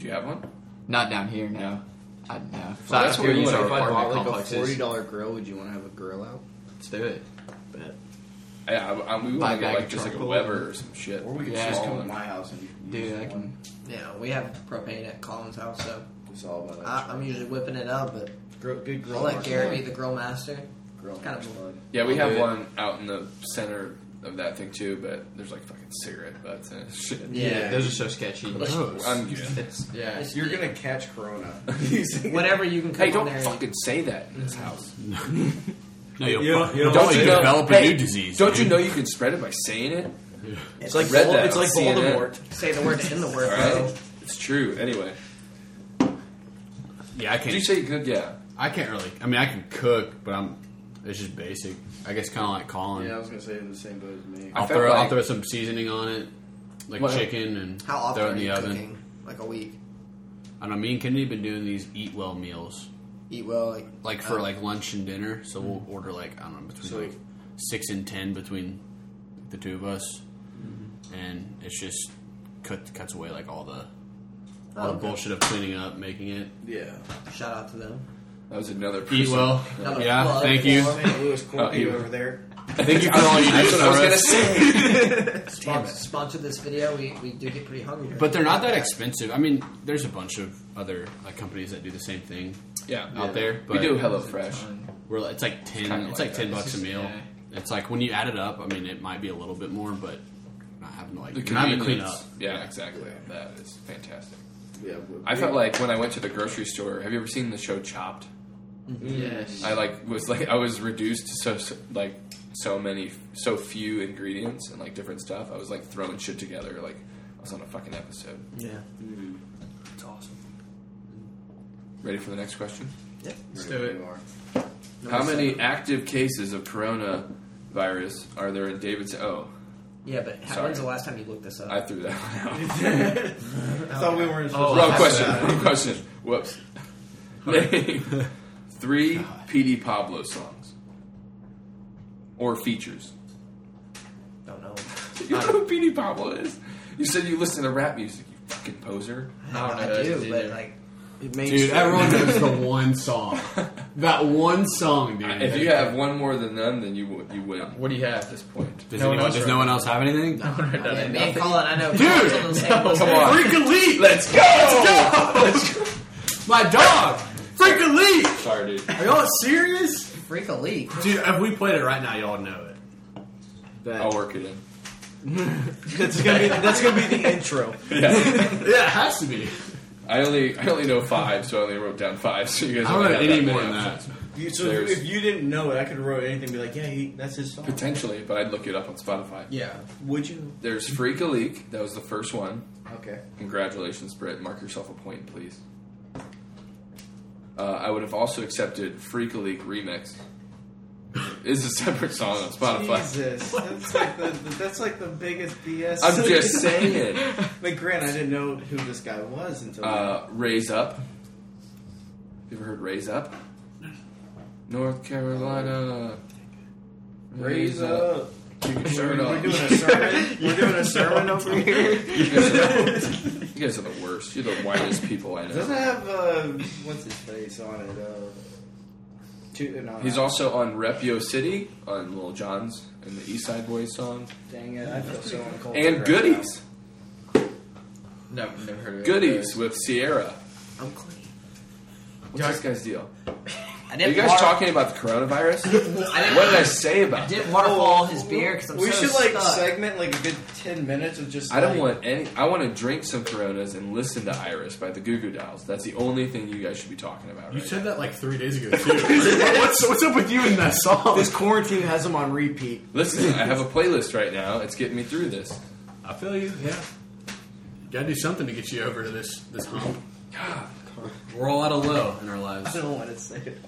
S8: Do you have one?
S14: Not down here, no. I no. So
S7: Well,
S14: that's where you
S7: would-
S14: our
S7: if I
S14: apartment
S7: bought like a
S14: complexes.
S7: forty dollar grill, would you want to have a grill out?
S14: Let's do it.
S7: Bet.
S8: Yeah, I, I, we
S14: Buy a
S8: want to
S14: bag
S8: get like
S14: of
S8: just like a
S14: charcoal.
S8: Weber or some shit.
S14: Or we could Yeah. just come
S8: Small
S14: to
S8: one.
S14: my
S7: house and
S14: Dude, I can.
S9: Yeah, we have propane at Colin's house, so
S7: it's all about.
S9: I, I'm usually whipping it up, but
S7: good grill
S9: Ah. I'll let
S7: marks
S9: Garrett
S7: on.
S9: be the grill master.
S7: Grill
S9: kind
S7: marks
S9: of
S7: on.
S8: Yeah, we
S9: I'll
S8: have
S9: do it.
S8: one out in the center of that thing too, but there's like fucking cigarette butts and shit.
S9: Yeah, Yeah. those are so
S14: sketchy.
S8: I'm good.
S9: yeah, it's-
S7: you're gonna catch corona.
S9: Whatever you can come
S8: Hey,
S9: on
S8: don't
S9: there and-
S8: fucking say that in this house.
S10: No, you'll fuck- you'll only develop a new disease,
S8: Don't you
S10: dude.
S8: know you can spread it by saying it?
S9: It's
S8: I
S9: like
S8: read
S9: Vol-
S8: that
S9: it's
S8: on
S9: like
S8: CNN.
S9: Voldemort. Say the word in the
S8: All
S9: word,
S8: right.
S9: though.
S8: It's true. Anyway,
S10: Yeah, I can't.
S8: Did you say good? Yeah,
S10: I can't really. I mean, I can cook, but I'm. It's just basic. I guess kind of like Colin.
S7: Yeah, I was gonna say in the same boat as me.
S8: Oh.
S10: I'll
S7: I
S10: throw
S7: felt
S10: I'll
S7: like-
S10: throw some seasoning on it, like
S7: What-
S10: chicken, and
S9: How often
S10: throw it in
S9: are
S10: the
S9: you
S10: oven.
S9: cooking? Like a week.
S10: I don't know. Me and Kennedy have been doing these eat well meals.
S9: Eat well, like,
S10: like for
S9: uh,
S10: like lunch and dinner. So
S7: Mm-hmm.
S10: we'll order like I don't know between
S9: So,
S10: like six and ten between the two of us,
S7: Mm-hmm.
S10: and it's just cut cuts away like all the all
S9: Oh,
S10: the
S9: okay.
S10: bullshit of cleaning up, making it.
S7: Yeah.
S9: Shout out to them.
S8: that was another.
S10: Eat
S8: person.
S10: well.
S9: Another
S10: yeah,
S9: plug
S10: thank you.
S9: for St. Louis corn
S10: Oh,
S9: beef
S10: you-
S9: over there.
S10: Thank you for all you do
S8: That's what I was
S10: for
S8: gonna
S10: us.
S9: Damn, sponsor this video. We, we do get pretty hungry. during
S10: But they're not that
S9: the-
S10: expensive. I mean, there's a bunch of other like companies that do the same thing.
S8: Yeah.
S10: out
S8: Yeah.
S10: there.
S8: We
S10: But
S8: do HelloFresh.
S10: We're like- it's like ten.
S8: kinda
S10: It's,
S8: like
S10: like, ten
S8: that.
S10: bucks a meal. It's like when you add it up. I mean, it might be a little bit more, but not having to like
S8: The
S10: you're not having to clean up.
S8: convenience. Yeah, exactly. That is fantastic.
S7: Yeah, we-
S8: I felt like when I went to the grocery store. Have you ever seen the show Chopped?
S11: Yes.
S8: I like was like I was reduced to so, so like so many so few ingredients and like different stuff. I was like throwing shit together. Like I was on a fucking episode.
S9: Yeah.
S8: It's awesome. Ready for the next question?
S9: Yep.
S11: Let's do it.
S8: How many active cases of coronavirus are there in Davidson? Oh,
S9: Yeah, but how,
S8: Sorry.
S9: when's the last time you looked this up?
S8: I threw that one out.
S9: I
S7: thought we weren't
S8: Oh,
S7: supposed
S8: wrong
S7: to-
S8: question.
S7: Yeah.
S8: Wrong question. Whoops. Name three PD Pablo songs or features.
S9: Don't know.
S8: You know who PD Pablo is? You said you listen to rap music. You fucking poser.
S9: I don't know. I do, but like, it makes
S10: Dude, everyone knows the one song. That one song, dude.
S8: If you have one more than none, then you w- you win. What
S11: do you have at this point?
S10: Does, anyone, does no one else have anything? No,
S11: no,
S9: Yeah, me and Colin, I know.
S10: Dude,
S9: Colin's on the same list.
S10: come on. Freak Elite! Let's go! Let's go! My dog! Freak Elite!
S8: Sorry, dude.
S10: Are y'all serious?
S9: Freak Elite.
S10: Dude, if we played it right now, y'all know it.
S8: I'll work it in.
S7: that's gonna be that's gonna be the intro.
S8: Yeah.
S10: yeah, it has to be.
S8: I only I only know five, so I only wrote down five. So you guys
S10: I don't
S8: only
S10: know
S8: have
S10: any
S8: that
S10: more
S8: many
S10: than
S8: options.
S7: You, so
S8: There's-
S7: if you didn't know it, I could have wrote anything. and Be like, yeah, he, that's his song.
S8: Potentially, but I'd look it up on Spotify.
S7: Yeah. Would you?
S8: There's Freak a Leak. That was the first one.
S7: Okay.
S8: Congratulations, Britt. Mark yourself a point, please. Uh, I would have also accepted Freak a Leak Remix. It's a separate song on Spotify.
S7: Jesus, that's like the that's like the biggest BS.
S8: I'm just saying.
S7: Like, Grant, I didn't know who this guy was until
S8: Uh, Raise Up. You ever heard Raise Up? North Carolina.
S7: Raise up.
S8: Kick your shirt
S7: We're
S8: off.
S7: doing a sermon. We're doing a sermon over here.
S8: You guys, are, you guys are the worst. You're the whitest people I know.
S7: Doesn't have uh, what's his face on it? Uh, two, no,
S8: He's
S7: no.
S8: also on Repio City on Lil Jon's and the East Side Boys song.
S7: Dang it! I feel so uncool.
S8: And Goodies.
S11: No, never heard of it.
S8: Goodies with Sierra.
S9: I'm clean.
S8: What's this guy's deal?
S9: I
S8: Are you
S9: didn't
S8: guys
S9: water-
S8: talking about the coronavirus?
S9: didn't-
S8: what did I say about
S9: I
S8: that?
S9: didn't waterfall his beer because I'm
S7: we
S9: so
S7: should like
S9: stuck.
S7: segment like a good ten minutes of just.
S8: I don't
S7: like-
S8: want any. I want to drink some Coronas and listen to Iris by the Goo Goo Dolls. That's the only thing you guys should be talking about.
S10: You
S8: Right?
S10: said that like three days ago, too. what's, what's up with you and that song?
S13: This quarantine has them on repeat.
S8: Listen, I have a playlist right now. It's getting me through this.
S10: I feel you, yeah. Gotta do something to get you over this, this hump. We're all at a low in our lives.
S7: I don't want to say it.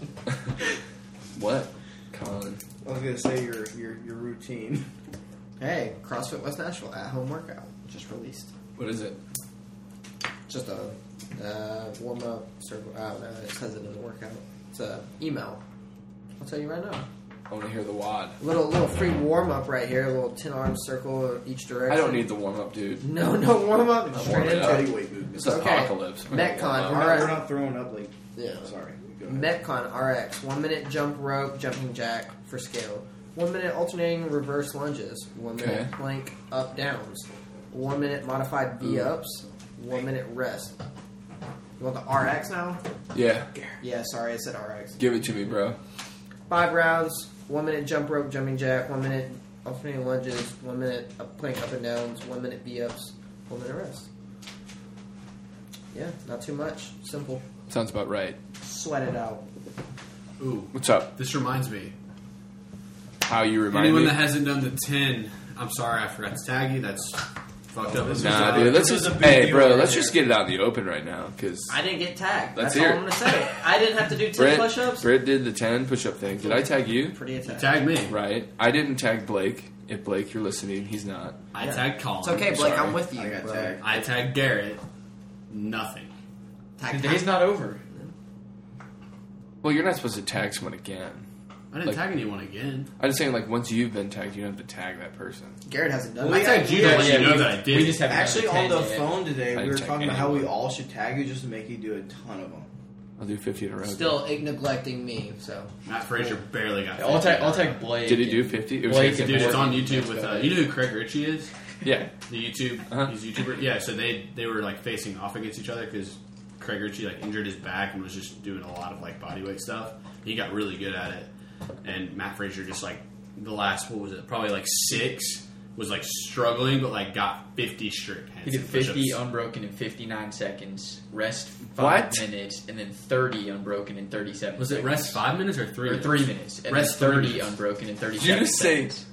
S8: What, Colin?
S7: I was gonna say your your your routine.
S9: Hey, CrossFit West Nashville at home workout just released.
S8: What is it?
S9: Just a uh, warm uh, up circle. I don't know. It says it in the workout. It's a email. I'll tell you right now.
S8: I want to hear the wad.
S9: Little little free warm up right here. A little ten arm circle each direction.
S8: I don't need the warm up, dude.
S9: No, no warm up.
S8: I'm
S9: Straight
S8: warming
S9: into
S8: up.
S9: it.
S8: It's an
S9: Okay.
S8: apocalypse. We're
S9: Metcon.
S8: gonna warm up.
S9: All
S7: We're,
S9: right.
S7: not, we're not throwing up like.
S9: Yeah.
S7: Sorry. Go ahead.
S9: Metcon RX, one minute jump rope, jumping jack for scale. One minute alternating reverse lunges. One minute
S8: Okay.
S9: plank up downs. One minute modified V ups. One minute rest. You want the RX now?
S8: Yeah,
S9: Yeah, sorry, I said RX.
S8: give it to me, bro.
S9: Five rounds, one minute jump rope, jumping jack, one minute alternating lunges, one minute up plank up and downs, one minute V ups, one minute rest. Yeah, not too much. Simple.
S8: Sounds about right.
S9: Sweat it out.
S10: Ooh,
S8: What's up?
S10: this reminds me.
S8: How you remind
S10: Anyone
S8: me?
S10: that hasn't done the ten, I'm sorry, I forgot to tag you. That's fucked up. This is
S8: nah,
S10: a-
S8: dude. Let's
S10: this is
S8: just
S10: a big
S8: hey,
S10: deal
S8: bro.
S10: right
S8: let's
S10: here.
S8: just get it out in the open right now because
S9: I didn't get tagged.
S8: Let's
S9: That's
S8: hear
S9: all I'm
S8: it.
S9: gonna say. I didn't have to do ten
S8: Britt,
S9: push-ups.
S8: Britt did the ten push-up thing. Did I tag you?
S9: Pretty attack.
S10: Tag me.
S8: Right. I didn't tag Blake. If Blake, you're listening, he's not.
S10: I tagged Colin.
S9: It's okay, Blake. I'm with you.
S10: I,
S9: bro.
S10: tagged. I tagged Garrett. Nothing.
S9: Tag-
S11: The day's not over.
S8: Well, you're not supposed to tag someone again.
S10: I didn't
S8: Like-
S10: tag anyone again.
S8: I'm just saying, like once you've been tagged, you don't have to tag that person.
S9: Garrett hasn't done.
S10: I
S9: it.
S10: tagged you to let you know that I did.
S7: Actually, on the phone today,
S8: I
S7: we were
S8: check
S7: talking about how we
S8: anyone.
S7: all should tag you just to make you do a ton of them.
S8: I'll do fifty in a row.
S9: Still ig- neglecting me. So
S10: Matt Frazier barely got.
S11: I'll tag. I'll tag Blake.
S8: Did he do 50? It was
S11: Blake
S8: 50.
S11: and
S10: Dude, it's on YouTube
S11: Let's
S10: with
S11: go.
S10: uh, you know who Craig Ritchie is.
S8: Yeah.
S10: The YouTube, he's a YouTuber. Yeah, so they they were like facing off against each other because Craig Ritchie like injured his back and was just doing a lot of like bodyweight stuff. He got really good at it, and Matt Frazier just like the last what was it? Probably like six was like struggling, but like got fifty strict.
S12: He
S10: hands
S12: did
S10: and
S12: 50
S10: push-ups.
S12: unbroken in 59 seconds, rest 5
S8: What?
S12: minutes, and then 30 unbroken in 37
S10: Was it
S12: seconds.
S10: rest five minutes or three?
S12: Or 3 minutes. And
S10: Rest
S12: then
S10: 30
S12: 30 unbroken in
S8: Did you
S12: 37
S8: just say
S12: seconds.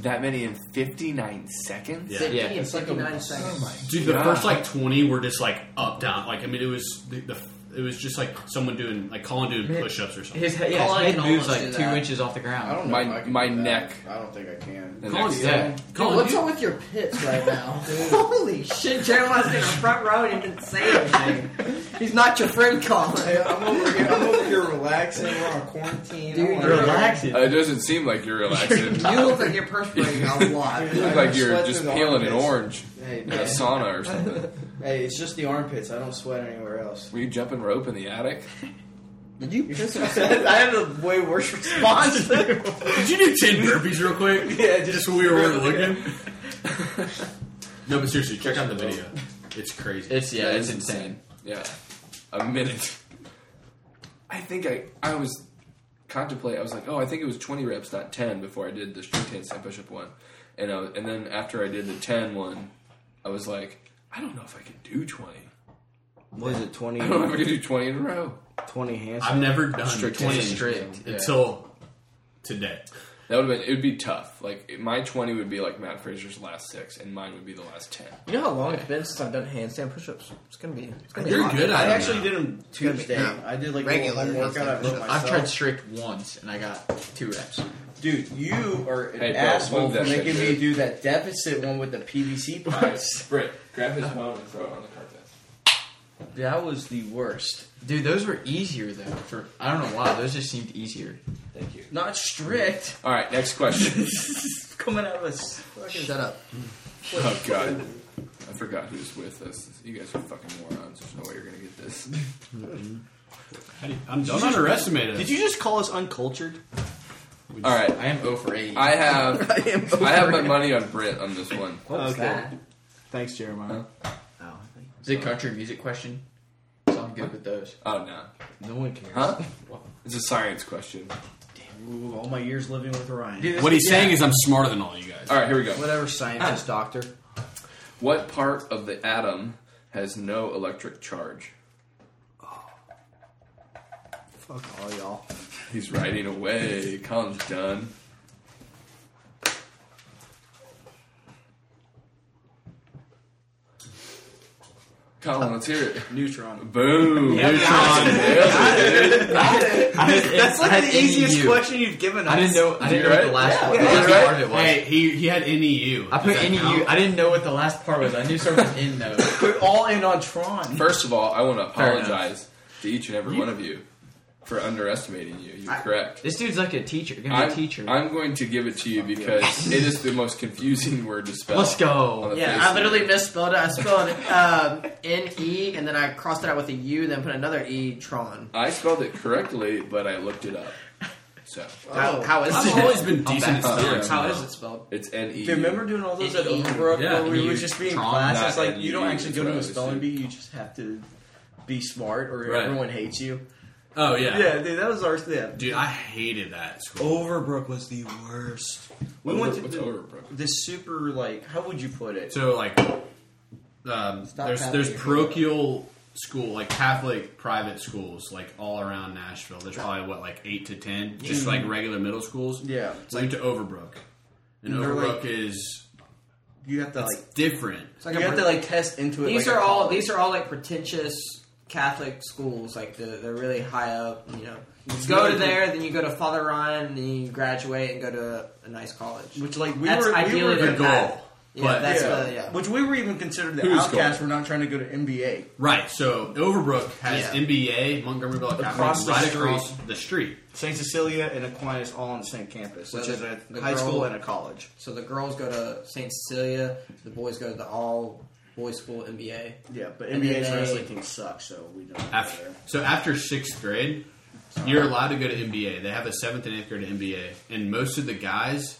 S8: that many in fifty nine seconds?
S10: Yeah.
S9: fifty
S12: Yeah,
S9: and
S12: it's like a-
S9: fifty-nine seconds.
S10: Dude, the
S8: Yeah.
S10: first like twenty were just like up down. Like I mean, it was the, the it was just like someone doing like Colin doing push ups or something.
S12: His head, yeah,
S9: Colin
S12: his
S9: can
S12: head moves
S9: almost
S12: like
S9: do
S12: 2
S9: that.
S12: inches off the
S7: I
S12: ground.
S7: don't know.
S8: My-
S7: if I can
S8: my
S7: do that.
S8: neck.
S7: I don't think I can.
S8: The
S10: Colin,
S8: next
S10: yeah.
S8: day.
S9: Dude,
S10: Colin,
S9: what's
S10: you-
S9: up with your pits right now? Holy shit, Jeremiah's in the front row and he didn't say anything. He's not your friend, Colin.
S7: Hey, I'm over here. I'm over here relaxing. We're on quarantine. I
S9: Dude,
S7: wanna-
S9: you're-
S8: Uh, it doesn't seem like you're relaxing.
S9: You look like you're perspiring a lot.
S8: you look like you're just peeling an orange
S7: Hey,
S8: in a sauna or something.
S7: hey, it's just the armpits. I don't sweat anywhere else.
S8: Were you jumping rope in the attic?
S9: Did you piss yourself?
S7: I had a way worse response.
S10: Did you do ten burpees real quick? Yeah, just when we were looking. no, but seriously, check out the video. It's crazy.
S12: It's, yeah, it's insane.
S8: Yeah, a minute. I think I I was contemplate. I was like, oh, I think it was twenty reps, not ten, before I did the strict handstand pushup one, and I, and then after I did the 10 one, I was like, I don't know if I can do twenty.
S7: Was it 20,
S8: I don't know if I can do twenty in a row.
S7: 20 hands?
S10: I've never done
S8: Strict
S10: twenty
S8: is
S10: strict
S8: strict, yeah.
S10: until today.
S8: That would have been. It would be tough. Like it- my twenty would be like Matt Fraser's last six, and mine would be the last ten.
S9: You know how long it's been since I've done handstand push-ups? It's gonna be. It's gonna be.
S10: You're
S9: hot.
S10: good at
S7: I
S10: it.
S7: actually
S10: now.
S7: did them Tuesday. I did like a
S9: Regular
S7: home workout. I did myself.
S12: I've tried strict once, and I got 2 reps.
S7: Dude, you are an
S8: Hey, bro,
S7: asshole
S8: move
S7: for
S8: that shit,
S7: making me
S8: dude.
S7: do that deficit one with the PVC pipes.
S8: Britt, grab his phone and throw it on the carpet.
S7: that was the worst.
S12: Dude, those were easier though. For I don't know why, those just seemed easier.
S8: Thank you.
S7: Not strict.
S8: All right, next question.
S7: Coming out of us.
S9: Shut up.
S8: oh God, I forgot who's with us. You guys are fucking morons. There's no way you're gonna get this.
S10: How do you- I'm don't underestimate it.
S7: Did you just call us uncultured?
S8: All right,
S12: I am 0 for 8.
S8: I have
S7: I am
S8: I have my money on Britt on this one.
S9: What was
S7: Okay.
S9: that?
S7: Thanks, Jeremiah.
S12: Is it country music question? So I'm good with those.
S8: Oh no,
S7: No one cares.
S8: huh? It's a science question.
S7: Ooh, all my years living with Ryan.
S10: What he's saying is I'm smarter than all you guys.
S8: All right, here we go.
S7: Whatever, scientist, doctor.
S8: What part of the atom has no electric charge?
S7: Fuck all y'all.
S8: He's riding away. Colin's done. Colin, let's hear it.
S7: Neutron.
S8: Boom.
S7: That's like the easiest question you've given us.
S12: I didn't know. I didn't know what the last part, the last
S8: right?
S12: part of it was.
S10: Hey, he he had E NEU.
S12: I put
S10: Does that
S12: any
S10: count?
S12: you. I didn't know what the last part was. I knew something was in though.
S7: We're all in on Tron.
S8: First of all, I want to
S12: Fair enough.
S8: apologize to each and every one of you for underestimating you. You're
S11: I-
S8: correct.
S11: This dude's like a teacher, gonna be a
S8: I'm,
S11: teacher.
S8: I'm going to give it to you because it is the most confusing word to spell.
S11: Let's go.
S8: on the
S9: Yeah,
S8: face
S9: I
S8: of the
S9: literally misspelled it. I spelled um, N E, and then I crossed it out with a U, then put another E. Tron.
S8: I spelled it correctly, but I looked it up. So
S9: How- how is
S10: I've
S9: it?
S10: always been
S9: I'm
S10: decent at
S8: back up.
S10: spelling.
S8: How
S10: spelling.
S8: is it
S10: spelled?
S8: It's N E.
S10: Do you remember
S7: doing all those
S10: at Overbrook
S7: Yeah,
S10: where
S7: and
S10: we
S7: you
S10: would just be in
S7: Tron,
S10: class?
S7: that
S10: It's like,
S7: and
S10: you don't
S7: actually go to a
S10: was
S7: spelling bee. You just have to be smart, or
S10: Right.
S7: everyone hates you.
S10: Oh, yeah.
S7: yeah, dude. That was our yeah.
S10: Dude, I hated that.
S7: Overbrook was the worst. We
S10: Over-
S7: went to
S10: what's
S7: the,
S10: Overbrook?
S7: This super like, how would you put it?
S10: So like, um, there's
S7: tapping
S10: there's
S7: your
S10: parochial school like Catholic private schools like all around Nashville. There's probably what like eight to ten just
S7: Mhm.
S10: like regular middle schools.
S7: Yeah.
S10: it's like to Overbrook, and
S7: And they're,
S10: Overbrook
S7: like-
S10: is
S7: you have to
S10: it's
S7: like
S10: different.
S7: you have to like test into it.
S9: These
S7: like
S9: are
S7: a
S9: all
S7: college.
S9: these are all like pretentious Catholic schools. Like the, they're really high up. You know, you go to there, then you go to Father Ryan, and then you graduate and go to a nice college.
S7: Which like we
S9: that's
S7: were
S9: ideally
S7: we were
S9: the
S10: Oh,
S9: goal. Yeah, that's the yeah.
S7: Which we were even considered the
S10: Who's
S7: outcasts. We're not trying to go to NBA.
S10: Right, so Overbrook has
S7: Yeah.
S10: MBA Montgomery Bell Academy
S7: Across the
S10: right
S7: street.
S10: across the street.
S7: Saint Cecilia and Aquinas all on the same campus,
S9: So
S7: which
S9: the-
S7: is a
S9: the
S7: high
S9: girl-
S7: school and a college.
S9: So the girls go to Saint Cecilia, the boys go to the all boys school MBA.
S7: Yeah, but
S9: And then
S7: NBA's
S9: they-
S7: wrestling team sucks, so we don't.
S10: After, so after sixth grade, you're allowed to go to MBA. They have a seventh and eighth grade MBA, and most of the guys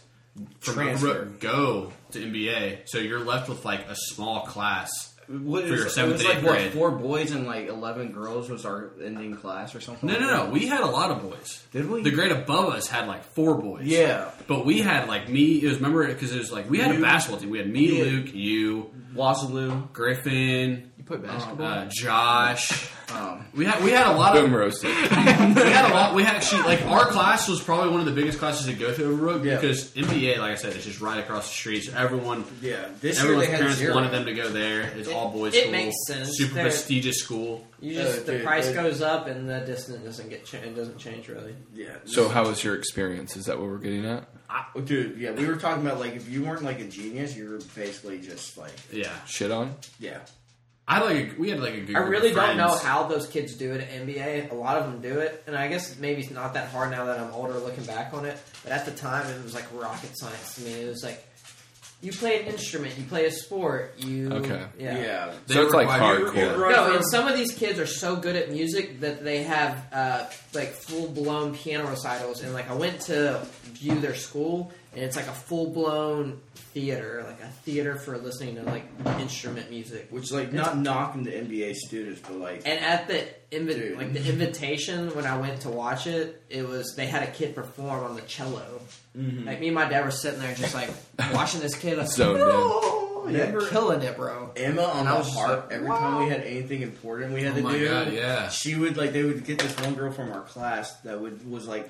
S10: from
S7: Transfer.
S10: Overbrook go to MBA. So you're left with like a small class
S7: What
S10: for
S7: is-
S10: your seventh
S7: it was
S10: and eighth
S7: like
S10: grade.
S7: what four boys and like eleven girls was our ending class or something.
S10: no,
S7: like
S10: no,
S7: that?
S10: no. We had a lot of boys.
S7: Did we?
S10: The grade above us had like four boys.
S7: Yeah.
S10: but we had like me. It was remember because it was like we had a
S7: You-
S10: basketball team. We had me,
S7: Yeah.
S10: Luke, you,
S7: Wazaloo,
S10: Griffin. You put
S7: basketball?
S10: Uh, Josh.
S7: um,
S10: we had we had a lot of
S8: Boom roasted.
S10: we had a lot. We had actually like our class was probably one of the biggest classes to go through Overbrook
S7: Yeah.
S10: because MBA, like I said, it's just right across the street. So everyone,
S7: Yeah, this year
S10: everyone's
S7: they had
S10: parents
S7: zero.
S10: wanted them to go there. It's all boys.
S9: it
S10: school,
S9: makes sense.
S10: Super
S9: They're-
S10: prestigious school.
S9: You just
S7: Oh,
S9: the
S7: dude,
S9: price
S7: they-
S9: goes up and the distance doesn't get cha- it doesn't change really.
S7: Yeah.
S8: So how was your experience? Is that what we're getting at?
S7: I, dude, yeah, we were talking about like if you weren't like a genius, you were basically just like
S10: Yeah,
S8: Shit on.
S7: yeah.
S10: I like. A, we had like a good.
S9: I
S10: group
S9: really
S10: of
S9: don't know
S10: friends.
S9: how those kids do it at NBA. A lot of them do it, and I guess maybe it's not that hard now that I'm older looking back on it. But at the time, it was like rocket science to me. It was like you play an instrument, you play a sport, you
S8: Okay.
S9: yeah.
S8: So it's like
S10: required-
S8: hardcore.
S9: No, and some of these kids are so good at music that they have uh, like full blown piano recitals. And like I went to view their school, and it's like a full blown theater, like a theater for listening to like instrument music.
S7: Which like
S9: It's-
S7: not knocking the NBA students, but like
S9: And at the invi- like the invitation when I went to watch it, it was they had a kid perform on the cello.
S7: Mhm.
S9: Like me and my dad were sitting there just like watching this kid. Like,
S8: Zoned in.
S9: no,
S7: Yeah.
S9: they're killing it, bro.
S7: Emma on
S9: And I
S7: the
S9: was just
S7: harp.
S9: like,
S7: every
S9: wow.
S7: time we had anything important we had
S10: Oh
S7: to
S10: my
S7: do,
S10: God, yeah.
S7: she would like they would get this one girl from our class that would was like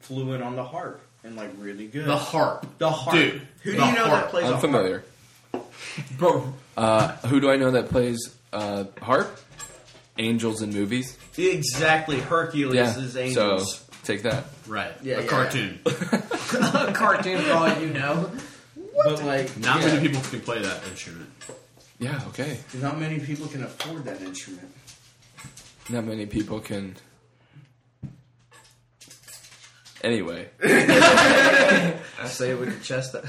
S7: fluent on the harp and like really good.
S10: The harp.
S7: the harp.
S10: Dude,
S7: who do
S10: the
S7: you know
S10: harp.
S7: that plays?
S8: I'm
S7: the
S8: familiar.
S10: Bro,
S8: Uh, who do I know that plays uh, harp? Angels in movies.
S7: harp? Exactly, Hercules
S8: Yeah.
S7: is
S8: So
S7: angels.
S8: take that.
S10: Right.
S7: Yeah,
S10: a
S7: yeah,
S10: cartoon.
S9: a cartoon for all you know.
S7: But like,
S10: Not
S7: yeah.
S10: many people can play that instrument.
S8: Yeah. Okay.
S7: Not many people can afford that instrument.
S8: Not many people can. Anyway,
S7: I say it with the chest. Up.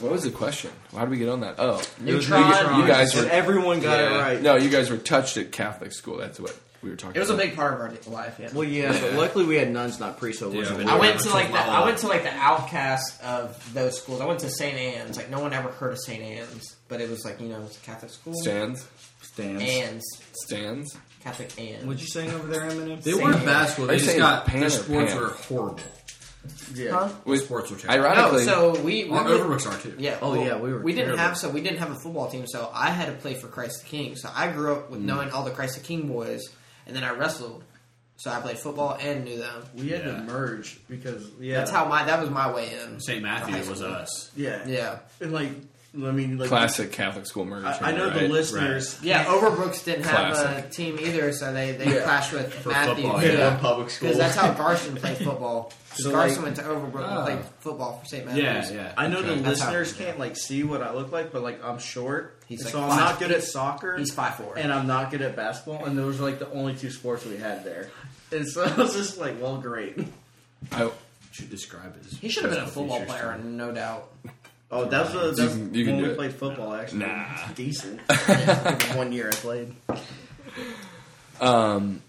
S8: what was the question? How did we get on that? Oh,
S9: Neutron.
S8: You, you guys were
S7: And everyone got it
S8: Yeah.
S7: right.
S8: No, you guys were touched at Catholic school. That's what we were talking.
S9: It was a
S8: about.
S9: big part of our life. Yeah.
S7: Well, yeah, but luckily we had nuns, not priests, so it wasn't.
S10: but
S9: I
S7: weird.
S9: went to like the I went to like the outcasts of those schools. I went to St. Anne's. Like no one ever heard of St. Anne's, but it was like you know it was a Catholic school.
S8: stands.
S9: Anne's
S8: Stands.
S9: Catholic Anne's.
S7: What you saying over there, Eminem?
S10: They
S9: Same.
S10: weren't basketball.
S8: Are
S10: They
S8: you
S10: just
S8: saying
S10: got
S8: pan
S10: their
S8: or
S10: sports
S8: pan?
S10: were horrible.
S7: Yeah.
S9: Huh?
S10: The sports were terrible.
S8: Ironically,
S9: No, Oh, so we, we
S10: Our
S9: did-
S10: Overbrook's are too.
S9: Yeah.
S7: Oh,
S9: well,
S7: yeah, we were
S9: We didn't
S7: terrible.
S9: have so we didn't have a football team, so I had to play for Christ the King. So I grew up with
S7: Mm.
S9: knowing all the Christ the King boys, and then I wrestled. So I played football and knew them.
S7: We had
S10: Yeah.
S7: to merge because yeah,
S9: That's how my that was my way in.
S10: St.
S9: to high
S10: Matthew was
S9: school.
S10: us.
S7: yeah,
S9: Yeah.
S7: and like I mean, like
S8: classic Catholic school murder.
S7: I, I know
S8: chamber,
S7: the
S8: right?
S7: listeners.
S9: Yeah, Overbrooks didn't have a
S8: Classic.
S9: team either, so they, they
S7: Yeah.
S9: clashed with
S7: For
S9: Matthew.
S7: football,
S9: too.
S7: yeah. Public
S9: Because
S7: schools.
S9: that's how Garson played football. 'Cause
S7: So,
S9: Garson
S7: like-
S9: went to Overbrook
S7: Ah.
S9: and played football for St. Matthews.
S7: I know the
S9: That's how-
S7: listeners can't like see what I look like, but like I'm short,
S9: He's,
S7: and
S9: like,
S7: so I'm
S9: five-
S7: not good at soccer.
S9: he's 5'4".
S7: and I'm not good at basketball, and those are like the only two sports we had there. And so I was just like, well, great.
S8: I
S10: should describe his.
S9: He should have been a football player, no doubt.
S7: Oh, that's
S10: You
S7: what that's
S10: can- you can
S7: when
S10: do
S7: we
S10: it.
S7: played football. Actually,
S10: Nah.
S7: decent. One year I played.
S8: Um,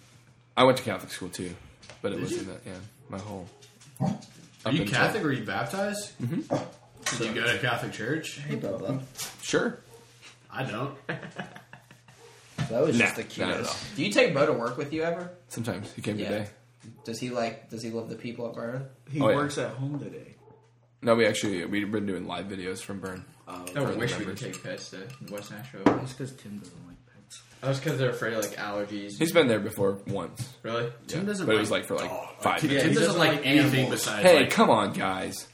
S8: I went to Catholic school too, but it
S10: Did
S8: wasn't
S10: you?
S8: that. Yeah, my whole.
S10: Are
S8: up
S10: you
S8: until-
S10: Catholic? Were you baptized?
S8: Mm-hmm.
S10: Did you go to Catholic church? Hey,
S7: Bubba.
S8: Sure.
S10: I don't.
S9: That was
S8: Nah,
S9: just the
S8: not at all.
S9: cutest. Do you take Bo to work with you ever?
S8: Sometimes he came
S9: Yeah.
S8: today.
S9: Does he like? Does he love the people at Burn?
S7: He
S8: Oh, yeah.
S7: works at home today.
S8: No, we actually we've been doing live videos from Burn.
S14: I
S8: For the
S14: wish we could
S8: members.
S14: take pets to West Nashville.
S13: It's because Tim doesn't like pets.
S14: That was because they're afraid of like allergies.
S8: He's been there before once.
S14: Really?
S8: Yeah, but it was like for like five
S10: Tim
S8: minutes.
S10: doesn't Tim doesn't like like anything animals. besides,
S8: Hey,
S10: like-
S8: come on, guys.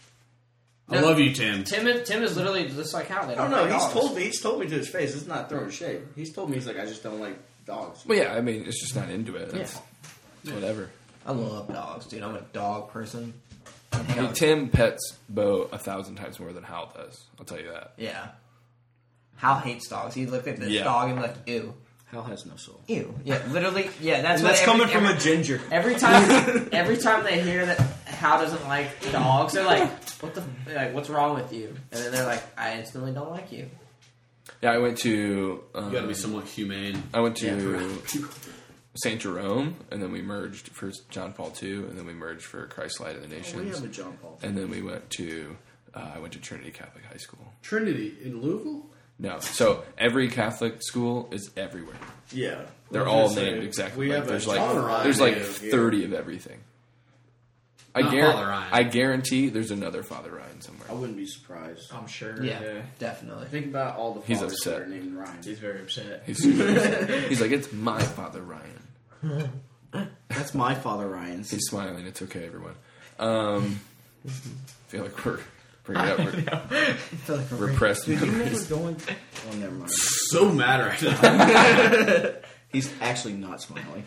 S10: I love you, Tim.
S9: Tim, is- Tim is literally just like how they
S7: I
S9: don't
S7: don't know.
S9: like
S7: Oh, He's
S9: dogs.
S7: told me. He's told me to his face. It's not throwing shade. He's told me he's like, I just don't like dogs.
S8: Well, yeah, I mean, it's just not into it. It's, it's whatever.
S9: I love dogs, dude. I'm a dog person.
S8: I mean, Tim pets Bo a thousand times more than Hal does. I'll tell you that.
S9: Yeah. Hal hates dogs. He looked at this
S8: Yeah.
S9: dog and be like, ew.
S7: Hal has no soul.
S9: Ew. Yeah, literally. Yeah, that's
S7: And
S9: what
S7: that's
S9: every-
S7: coming from
S9: every-
S7: a ginger.
S9: Every time, every time they hear that Hal doesn't like dogs, they're like, "What the? they're Like, what's wrong with you?" And then they're like, "I instantly don't like you."
S8: Yeah, I went to. Um,
S10: You gotta be somewhat humane.
S8: I went
S10: Yeah.
S8: to Saint Jerome, and then we merged for John Paul II, and then we merged for Christ Light
S10: Oh,
S8: of the Nations.
S10: have a John Paul
S8: And then we went to. Uh, I went to Trinity Catholic High School.
S10: Trinity in Louisville.
S8: No, so every Catholic school is everywhere.
S7: Yeah.
S8: They're
S7: I was
S8: all
S7: gonna say,
S8: named exactly.
S7: we
S8: like,
S7: have a
S8: there's like
S7: John Ryan
S8: there's like
S7: here.
S8: thirty of everything. I
S7: Not
S8: guarantee.
S7: Father Ryan.
S8: I guarantee there's another Father Ryan somewhere.
S7: I wouldn't be surprised.
S14: I'm sure.
S9: Yeah, definitely.
S7: Think about all the
S8: He's
S7: fathers
S8: upset.
S7: that are named Ryan.
S14: He's very upset.
S8: He's, super upset. He's like, it's my Father Ryan.
S7: That's my father, Ryan's.
S8: He's smiling. It's okay, everyone. Um, I feel like we're bringing up re-
S7: feel like we're
S8: repressed
S7: bringing- Dude, you
S8: memories.
S7: never go in- Oh, never mind.
S10: So mad right
S7: now. He's actually not smiling.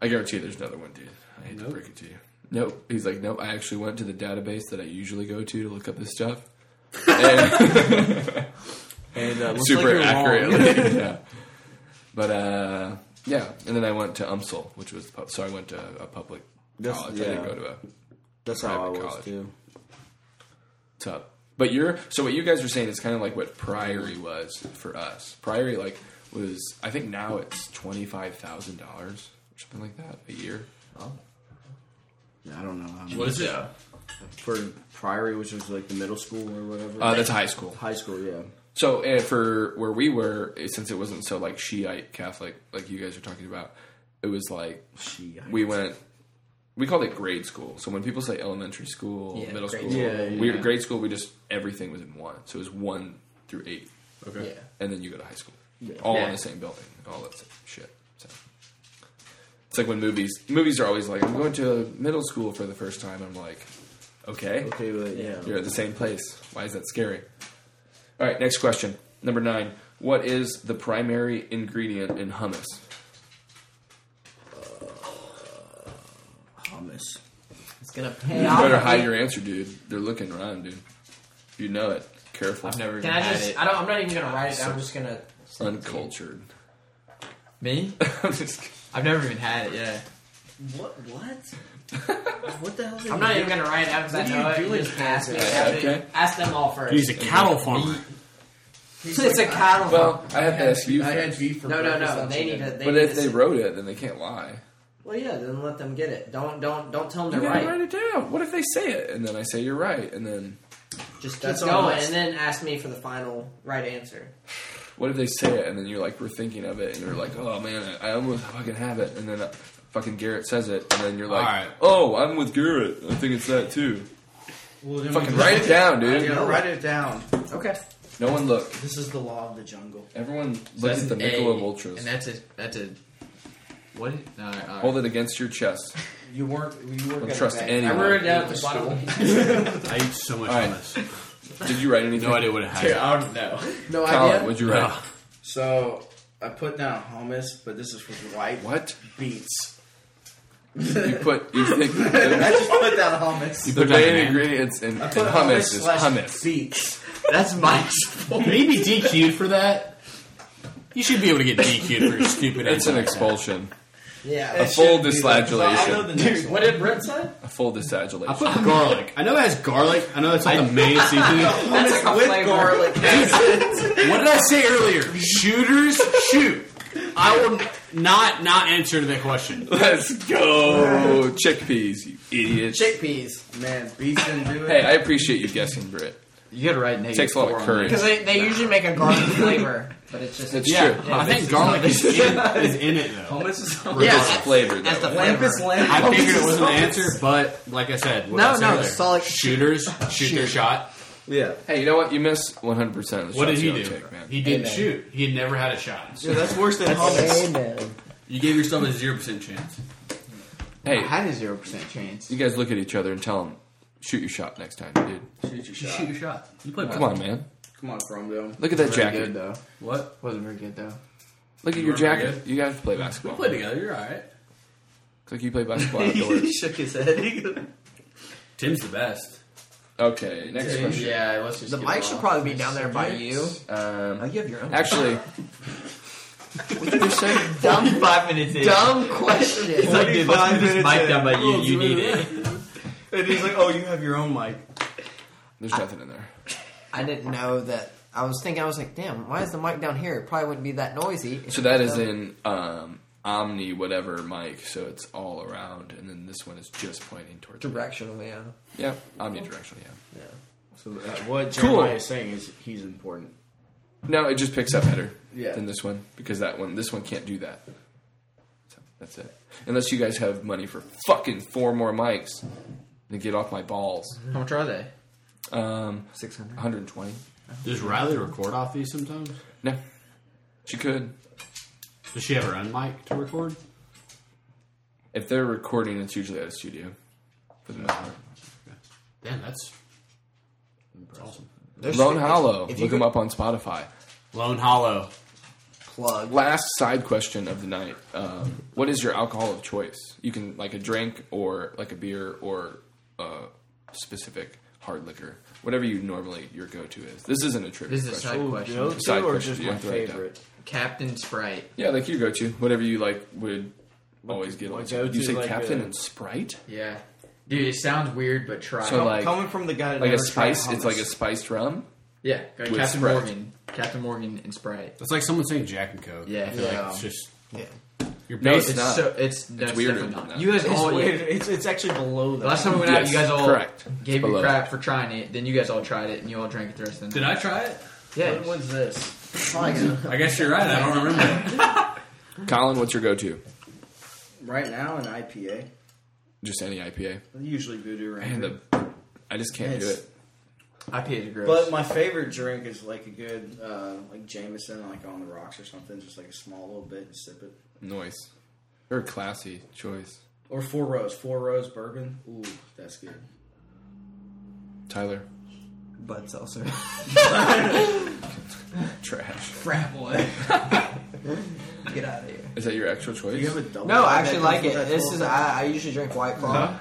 S8: I guarantee there's another one, dude. I hate to break it to you. Nope. He's like, nope. I actually went to the database that I usually go to to look up this stuff. And,
S7: And, uh, looks
S8: super
S7: like you're wrong.
S8: accurately. yeah. But uh, yeah, and then I went to UMSL, which was pub- so I went to a public
S7: That's-
S8: college. I didn't
S7: yeah.
S8: go to a
S7: That's how I
S8: private
S7: was
S8: college.
S7: too.
S8: Tough. But you're so what you guys are saying is kind of like what Priory was for us. Priory like was I think now it's twenty five thousand dollars or something like that a year.
S7: Oh. I don't know. How
S8: What is it?
S7: Yeah. For Priory, which was like the middle school or whatever.
S8: Uh, that's high school.
S7: High school, yeah.
S8: So uh, for where we were, eh, since it wasn't so like Shiite Catholic like you guys are talking about, it was like we went. We called it grade school. So when people say elementary school,
S10: Yeah,
S8: middle
S10: grade
S8: school,
S10: school. Yeah,
S8: we
S10: yeah.
S8: grade school. We just everything was in one. So it was one through eight.
S10: Okay. Yeah.
S8: And then you go to high school,
S10: Yeah.
S8: all
S10: Yeah.
S8: in the same building, all that s- shit. So it's like when movies movies are always like, I'm going to middle school for the first time. I'm like, okay,
S7: okay, but yeah,
S8: you're at the same place. Why is that scary? All right, next question. Number nine. What is the primary ingredient in hummus? Uh,
S7: Hummus.
S9: It's gonna
S8: You
S9: pay off.
S8: better hide your answer, dude. They're looking around, dude. You know it. Careful. I've never
S9: Can I just? I don't. I'm not even gonna write it.
S8: So
S9: I'm just gonna.
S8: uncultured.
S14: Me? I've never even had it. Yeah.
S7: What? What? what the hell?
S9: I'm not even gonna write it out because I know it. You Just ask me.
S8: Okay.
S9: Ask them all first.
S8: He's a cattle farmer.
S9: it's a cattle.
S8: Well,
S9: farm.
S8: I have to ask you. first.
S9: No, no, no. They need to. They
S8: but
S9: need
S8: if
S9: to
S8: they
S9: sit-
S8: wrote it, then they can't lie.
S9: Well, yeah. Then let them get it. Don't, don't, don't tell them
S8: You
S9: they're
S8: gotta write
S9: right.
S8: it down. What if they say it and then I say you're right, and then
S9: Just keep
S7: That's all
S9: going,
S7: nice.
S9: and then ask me for the final right answer.
S8: What if they say it and then you're like, we're thinking of it, and you're like, oh man, I I almost fucking have it, and then uh, fucking Garrett says it, and then you're like,
S10: Alright.
S8: oh, I'm with Garrett. I think it's that too. fucking write it down, dude.
S7: Yeah, write it down.
S9: Okay.
S8: No one look.
S7: This is the law of the jungle.
S8: Everyone
S14: So
S8: look
S14: that's
S8: at the
S14: an
S8: Michelob
S14: A,
S8: Ultras.
S14: And that's a that's a what? is- No, all right, all
S8: Hold
S14: right.
S8: it against your chest.
S7: You weren't. You weren't
S8: Don't trust anyone.
S9: I wrote it down at the bottom.
S10: I eat so much
S8: All right.
S10: hummus.
S8: Did you write anything?
S10: No idea what it had.
S12: Dude, I don't know.
S9: No
S8: Colin,
S9: idea.
S8: what'd you write?
S7: So I put down hummus, but this is with white
S8: What?
S7: beets.
S8: You put you think
S7: I
S8: the
S7: just put down hummus.
S10: You
S8: the
S10: put that
S8: main
S10: in.
S8: ingredients in, in
S7: I put
S8: hummus is
S7: slash
S8: hummus.
S7: Beets.
S12: That's my fault.
S10: Can he be DQ'd for that? You should be able to get DQ'd for your stupid.
S8: It's an
S10: answer like that.
S8: expulsion.
S9: Yeah.
S8: A full
S7: I know
S8: disagulation.
S7: the next one.
S12: What did Brett say?
S8: A full
S10: I
S8: disagulation.
S10: put garlic. I know it has garlic. I know that's not the main seasoning.
S12: That's like a
S9: With
S12: flavor.
S9: garlic.
S10: What did I say earlier? Shooters shoot. I will not not answer to that question.
S8: Let's go chickpeas, you idiot.
S9: Chickpeas.
S7: Man, beets didn't do it.
S8: hey, I appreciate you guessing, Britt.
S12: You gotta write negative.
S8: Takes a lot of
S12: four on
S8: courage.
S12: that.
S9: Because they, they usually make a garlic flavor, but it's just
S8: It's
S10: Yeah,
S8: true.
S10: I think garlic is in, is in it though.
S12: Hummus is
S8: Regardless of flavor,
S12: That's
S8: though.
S12: the flavor.
S10: I figured it was an answer, but like I said, what
S9: No,
S10: I said
S9: no,
S10: earlier,
S9: solid-
S10: shooters shoot their shot.
S7: Yeah.
S8: Hey, you know what? You missed 100% of the shots
S10: What did he
S8: you don't
S10: do?
S8: take, man.
S10: He didn't
S9: Amen.
S10: shoot. He had never had a shot.
S7: Dude, that's worse than hummus.
S10: You gave yourself a zero percent chance.
S12: I
S8: Hey,
S12: had a zero percent chance.
S8: you guys look at each other and tell him, shoot your shot next time, dude.
S7: Shoot your
S10: You
S7: shot.
S10: shoot your shot. You played
S8: Come on, man.
S7: Come on, Brumbo.
S8: Look at that
S12: Very good
S8: jacket.
S12: though.
S10: What?
S12: Wasn't very good though.
S8: Look at
S10: You
S8: your
S10: weren't very
S8: jacket. You guys play basketball.
S10: Play together. You're all right.
S8: It's like you play basketball outdoors.
S7: shook his head.
S10: Tim's the best.
S8: Okay, next question.
S12: Yeah, let's just.
S9: The
S12: get
S9: mic
S12: it
S9: should
S12: off.
S9: probably be down there by you.
S12: Oh,
S8: Um,
S12: you have your own.
S8: actually, what did you say?
S12: Forty-five minutes in.
S9: Dumb question.
S12: It's like, dude, let's
S7: 45
S12: move this
S7: minutes
S12: mic
S7: in.
S12: down by you.
S10: Rules,
S12: You
S10: you
S12: need
S10: really
S12: it.
S7: And he's like, oh, you have your own mic.
S8: There's nothing in there.
S9: I didn't know that. I was thinking, I was like, damn, why is the mic down here? It probably wouldn't be that noisy.
S8: So that is in um, Omni whatever mic, so it's all around, and then this one is just pointing towards. me.
S9: Directional, yeah.
S8: Yeah, omnidirectional. Yeah.
S7: So uh, what
S8: Cool.
S7: Jeremiah is saying is he's important.
S8: No, it just picks up better
S7: Yeah.
S8: than this one because that one, this one can't do that. So that's it. Unless you guys have money for fucking four more mics, then get off my balls.
S7: Mm-hmm.
S12: How much are they?
S8: Um,
S12: Six hundred.
S8: 120.
S10: Does Riley record off these sometimes?
S8: No, she could.
S10: Does she have her own mic to record?
S8: If they're recording, it's usually at a studio. For the most part.
S10: Damn, that's awesome.
S8: Lone Hollow.
S9: if you
S8: Look
S9: could-
S8: them up on Spotify.
S10: Lone Hollow.
S9: Plug.
S8: Last side question of the night. Um, what is your alcohol of choice? You can like a drink or like a beer or a specific hard liquor. Whatever you normally your go to is. This isn't a trivia
S12: This is a
S8: question.
S12: side question.
S7: Go
S8: Side
S7: to or
S8: question,
S7: just
S8: yeah,
S7: my
S8: throw it down.
S7: favorite?
S12: Captain Sprite.
S8: Yeah, like your go to. Whatever you like would always get.
S7: my
S8: Like,
S7: go-to,
S8: you say
S7: like,
S8: Captain
S7: uh,
S8: and Sprite.
S12: Yeah, dude, it sounds weird, but try.
S8: So like
S7: Coming from the guy that
S8: like a
S7: never tried
S8: spice. It's
S7: hummus.
S8: like a spiced rum.
S12: yeah, go
S8: With
S12: Captain
S8: Sprite.
S12: Morgan, Captain Morgan and Sprite.
S10: That's like someone saying Jack and Coke.
S12: Yeah.
S10: I feel
S12: Yeah.
S10: like it's just
S9: Yeah.
S10: you're
S8: No,
S10: based.
S12: It's
S8: It's not.
S12: so it's that's
S8: weirder
S12: definitely
S8: than
S12: not.
S8: that.
S12: You guys
S7: It's
S12: all
S7: weird. Oh, It's, it's actually below that.
S12: last time we went out,
S8: Yes,
S12: you guys all
S8: correct. It's
S12: gave me
S8: below.
S12: crap for trying it. Then you guys all tried it, and you all drank it the rest of the
S10: Did
S12: night.
S10: I try it?
S12: Yeah,
S7: What was this?
S10: I guess you're right. I don't remember.
S8: Colin, what's your go to?
S7: Right now, an IPA.
S8: Just any IPA.
S7: Usually voodoo right
S8: Man, the I just can't do
S7: It's-
S8: it.
S12: IPAs are gross.
S7: But my favorite drink is like a good, uh, like Jameson, like on the rocks or something, just like a small little bit and sip it.
S8: Noise. Or classy choice.
S7: Or four rows, four rows bourbon. Ooh, that's good.
S8: Tyler.
S9: Bud seltzer.
S8: Trash.
S9: Crap, boy. Get out of here.
S8: Is that your actual choice?
S7: You have a double.
S9: No, I
S7: that
S9: actually
S7: comes
S9: like
S7: with
S9: it.
S7: that
S9: This
S7: full-
S9: is I, I usually drink White Claw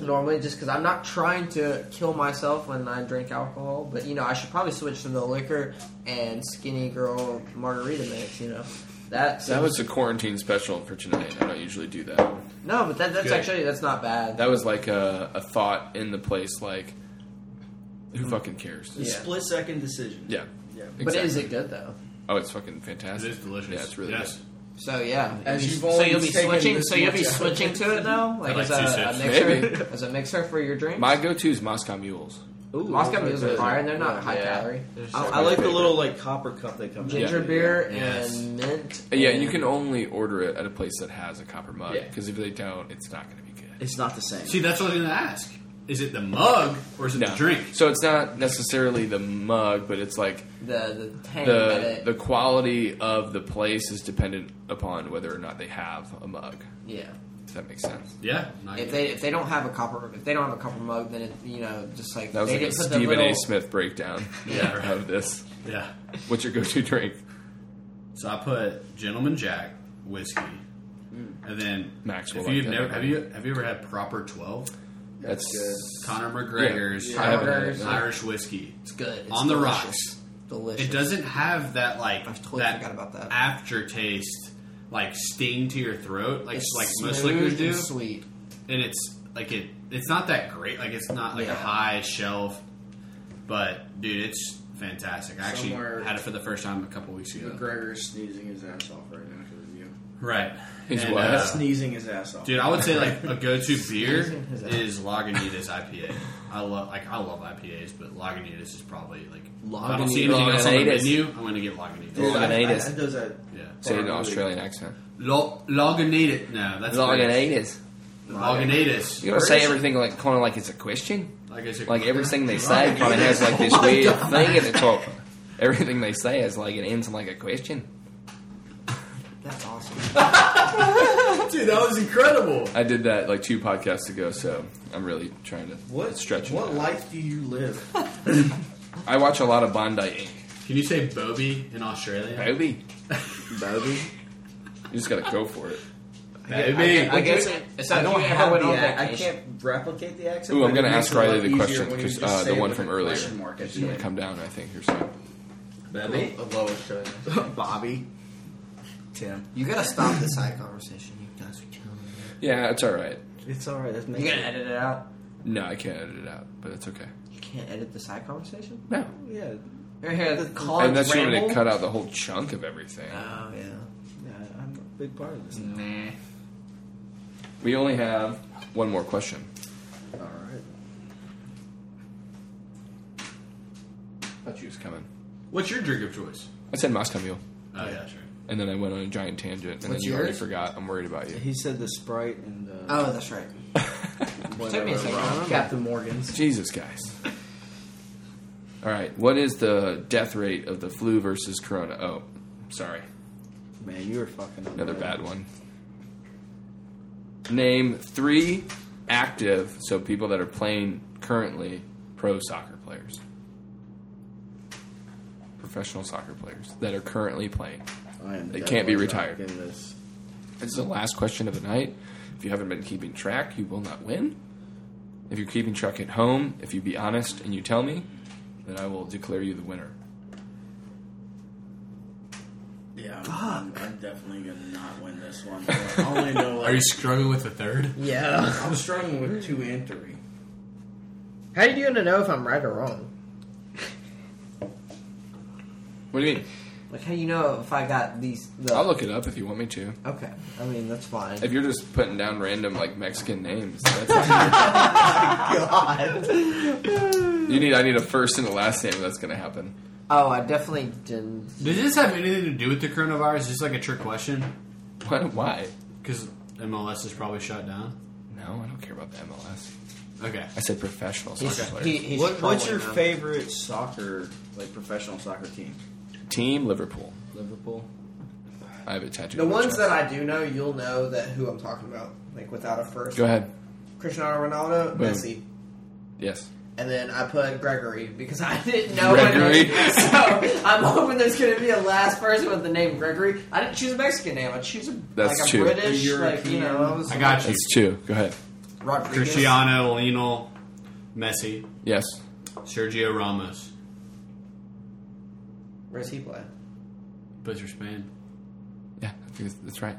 S9: normally just because I'm not trying to kill myself when I drink alcohol. But you know, I should probably switch to the liquor and Skinny Girl margarita mix. You know, that's
S8: that was a quarantine special for tonight. I don't usually do that.
S9: no, but that, that's
S8: good.
S9: actually that's not bad.
S8: That was like a, a thought in the place, like, who fucking cares?
S7: the
S9: Yeah.
S7: split second decision.
S8: Yeah.
S7: Yeah.
S8: Exactly.
S9: But is it good though?
S8: Oh, it's fucking fantastic.
S10: It is delicious.
S8: Yeah, it's really
S10: Yes.
S8: good.
S9: So yeah,
S7: As you've
S9: so
S7: only
S9: you'll be
S7: taken
S9: switching.
S7: this
S9: So you'll be
S7: much out.
S9: switching to it though, like,
S10: like
S9: as
S10: two
S9: a, a
S10: sips.
S9: mixer,
S8: Maybe.
S9: as a mixer for your drink.
S8: My go to is Moscow Mules.
S7: Ooh,
S9: Moscow
S7: those
S9: Mules
S7: good.
S9: are fire and they're not high
S12: Yeah.
S9: calorie.
S12: There's-
S7: I, I like the little like copper cup they come. in.
S9: Ginger
S8: Yeah.
S9: beer
S10: Yes.
S9: and mint.
S8: Yeah,
S9: and-
S8: you can only order it at a place that has a copper mug.
S12: Yeah.
S8: Because if they don't, it's not going to be good.
S7: It's not the same.
S10: See, that's what I was going to ask. Is it the mug or is it the drink?
S8: So it's not necessarily the mug, but it's like
S9: the the tang that
S8: the
S9: it,
S8: the quality of the place is dependent upon whether or not they have a mug.
S9: yeah.
S8: If that makes sense.
S10: Yeah.
S9: If they if they don't have a copper if they don't have a copper mug, then it, you know just like
S8: That was
S9: they
S8: like a
S9: didn't put the
S8: Stephen A.
S9: little-
S8: Smith breakdown
S10: Yeah, right.
S8: of this.
S10: Yeah.
S8: What's your go-to drink?
S10: So I put Gentleman Jack whiskey,
S9: Hmm.
S10: and then
S8: Maxwell,
S10: If you've
S8: like that.
S10: never have you have you ever had proper twelve?
S8: That's That's good.
S10: Conor McGregor's
S8: Yeah. Yeah. I haven't had it, no.
S10: Irish whiskey. It's
S9: good. It's
S10: on the
S9: delicious.
S10: rocks.
S9: Delicious.
S10: It doesn't have that like that
S9: forgot about that.
S10: aftertaste, like sting to your throat, like
S9: It's
S10: like most
S9: smooth
S10: liquors
S9: and
S10: do.
S9: sweet.
S10: and it's like it. It's not that great. Like it's not like
S9: Yeah.
S10: a high shelf, but dude, it's fantastic. I actually
S7: Somewhere-
S10: had it for the first time a couple weeks ago.
S7: McGregor's sneezing his ass off right now because of you.
S10: Right.
S8: He's
S10: And,
S8: what?
S10: uh,
S7: sneezing his ass off.
S10: Dude, I would say like a go-to beer
S7: Sneezing his ass.
S10: is Lagunitas IPA. I love like I love IPAs, but Lagunitas is probably like if I don't see anything else on the
S8: Lagunitas.
S10: menu. I'm gonna get Lagunitas.
S8: Dude, I- I- I-
S7: does that.
S10: Yeah.
S8: Say it in an Australian accent.
S10: Lo- Lagunitas. No, that's
S8: Lagunitas.
S10: Lagunitas.
S8: You gotta say everything like kind of like it's a question.
S10: Like it's a-
S8: like everything they say kind of has like this weird thing at the top. Everything they say is like it ends in like a question.
S9: That's awesome.
S10: Dude, that was incredible.
S8: I did that like two podcasts ago, so I'm really trying to
S7: What
S8: stretch it.
S7: What
S8: out.
S7: life do you live?
S8: I watch a lot of Bondi Inc.
S10: Can you say Bobby in Australia?
S8: Bobby.
S7: Bobby.
S8: You just gotta go for it.
S10: Bobby.
S9: I guess it- I don't have the
S7: ac-
S9: ac-
S7: I can't replicate the accent.
S8: Ooh, I'm
S7: but
S8: gonna
S7: it makes
S8: ask
S7: it a lot
S8: Riley the
S7: easier
S8: question
S7: when you
S8: because
S7: just
S8: uh,
S7: say
S8: the
S7: it
S8: one
S7: with
S8: from
S7: a
S8: earlier
S7: question mark at
S8: is
S7: the
S8: gonna
S7: end.
S8: come down, I think, here soon.
S10: Bobby.
S12: I love Australia.
S7: Bobby. Tim.
S9: You gotta stop this side conversation. You guys are killing me.
S8: Yeah, it's all right.
S7: It's alright. That's
S9: You gotta edit it out.
S8: No, I can't edit it out, but it's okay.
S9: You can't edit the side conversation.
S8: No,
S7: Yeah.
S9: Right here, the Colin's
S8: unless you want me
S9: ramble.
S8: to cut out the whole chunk of everything.
S9: Oh yeah.
S7: Yeah, I'm a big part of this.
S12: Nah.
S8: We only have one more question.
S7: All right.
S8: I thought you was coming.
S10: What's your drink of choice?
S8: I said Moscow Mule,
S10: Oh yeah, sure.
S8: and then I went on a giant tangent, and then
S9: What's
S8: you already
S9: yours?
S8: forgot. I'm worried about you.
S7: He said the Sprite and uh,
S9: Oh, that's right. Took me a second.
S7: Captain Morgan's.
S8: Jesus, guys. All right, what is the death rate of the flu versus corona? Oh, sorry,
S7: Man, you were fucking up.
S8: another
S7: man.
S8: bad one. Name three active, so people that are playing currently, pro soccer players, professional soccer players that are currently playing.
S7: I am
S8: They can't be
S7: definitely
S8: retired.
S7: not giving this.
S8: This is the last question of the night. If you haven't been keeping track, you will not win. If you're keeping track at home, if you be honest and you tell me, then I will declare you the winner.
S11: Yeah, I'm, I'm definitely gonna not win this one. I only know like
S10: Are you struggling with the third?
S9: Yeah.
S11: I'm struggling with two and three.
S9: How do you gonna know if I'm right or wrong?
S8: What do you mean?
S9: Like, how do you know if I got these? The,
S8: I'll look it up if you want me to.
S9: Okay. I mean, that's fine.
S8: If you're just putting down random like Mexican names, that's you need. I need a first and a last name. That's gonna happen.
S9: oh, I definitely didn't.
S10: Does this have anything to do with the coronavirus? Is this like a trick question?
S8: Why? Why?
S10: Because MLS is probably shut down.
S8: No, I don't care about the MLS.
S10: Okay.
S8: I said professional soccer
S9: He's-
S8: players.
S9: he- he's
S7: What, what's your
S9: trolling them.
S7: favorite soccer, like professional soccer team?
S8: Team Liverpool.
S7: Liverpool.
S8: I have it tattooed.
S9: The
S8: on my
S9: ones
S8: chest.
S9: that I do know, you'll know that who I'm talking about. Like without a first.
S8: go ahead.
S9: Cristiano Ronaldo,
S8: Boom.
S9: Messi,
S8: Yes.
S9: and then I put Gregory because I didn't know.
S8: Gregory.
S9: What so I'm hoping there's going to be a last person with the name Gregory. I didn't choose a Mexican name. I choose a
S8: That's
S9: like a
S8: two.
S9: British, like you know. I, was
S10: I got you.
S8: That's two. Go ahead.
S9: Rodriguez.
S10: Cristiano, Lionel, Messi,
S8: Yes.
S10: Sergio Ramos.
S9: Where's he play?
S10: But you're Spain.
S8: Yeah, I think that's- that's right.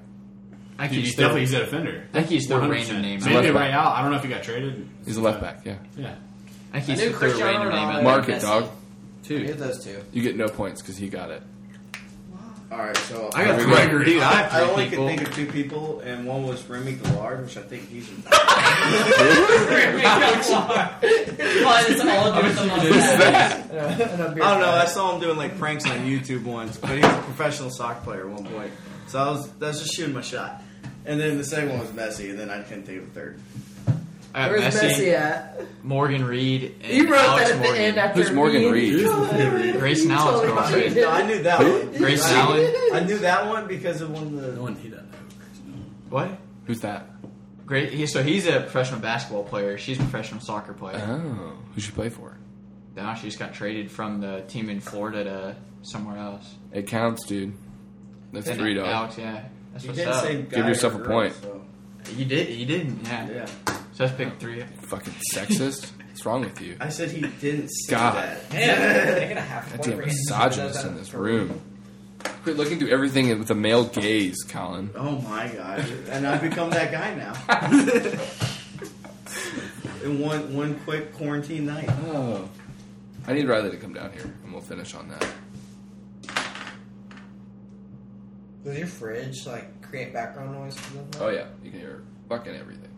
S14: I think
S10: Dude, he's
S14: he's
S10: definitely
S14: the
S10: he's a defender.
S14: I think he's the
S10: 100%.
S14: random name.
S10: Maybe
S8: Left back.
S10: Real. I don't know if he got traded.
S8: He's a left back. Yeah.
S10: Yeah.
S14: I think
S9: I knew
S14: he's the third
S9: Cristiano
S14: random name.
S9: Ronaldo.
S14: out
S8: Mark
S14: there.
S8: it, dog.
S9: I knew
S10: Two.
S9: those two.
S8: You get no points because he got it.
S7: All right, so
S10: I got
S8: Gregory.
S10: Gregory. Dude,
S7: I
S10: I have three
S7: only
S10: people.
S7: could think of two people, and one was Remy Gallard, which I think he's.
S9: it's all due to the
S7: I don't know. I saw him doing like pranks on YouTube once, but he was a professional soccer player at one point. So I was that's just shooting my shot, and then the second one was Messi, and then I couldn't think of a third.
S11: Uh,
S14: I got
S9: Where's
S14: Messi,
S9: Messi at?
S14: Morgan Reed, and
S9: You wrote
S14: Alex
S9: that at
S14: Morgan.
S9: the end after
S8: Who's Morgan
S9: me.
S8: Reed?
S14: Grace Nowell's
S9: totally
S14: girlfriend.
S9: fucking
S7: No, I knew that one.
S14: Grace
S7: I,
S14: Allen.
S7: I knew that one because of one of
S10: No
S7: the.
S10: one he doesn't know.
S14: What?
S8: Who's that?
S11: Great. He, so he's a professional basketball player. She's a professional soccer player.
S9: Uh-huh.
S8: Oh, who she play for?
S11: Now she just got traded from the team in Florida to somewhere else.
S8: It counts, dude. That's
S11: And
S8: three dollars.
S11: Alex, yeah. That's
S7: You
S11: what's
S7: didn't
S11: up.
S7: say
S8: Give yourself a point.
S11: You did. You didn't. Yeah.
S7: Yeah.
S11: So that's pick three.
S8: Fucking sexist. What's wrong with you?
S7: I said he didn't say
S8: God.
S7: that.
S8: Man,
S7: I gotta have
S8: Goddamn misogynist in this room. Quit looking through everything with a male gaze, Colin.
S7: Oh my god! And I've become that guy now. In one one quick quarantine night.
S8: Oh. I need Riley to come down here, and we'll finish on that.
S9: Does your fridge like create background noise? For them?
S8: Oh yeah, you can hear fucking everything.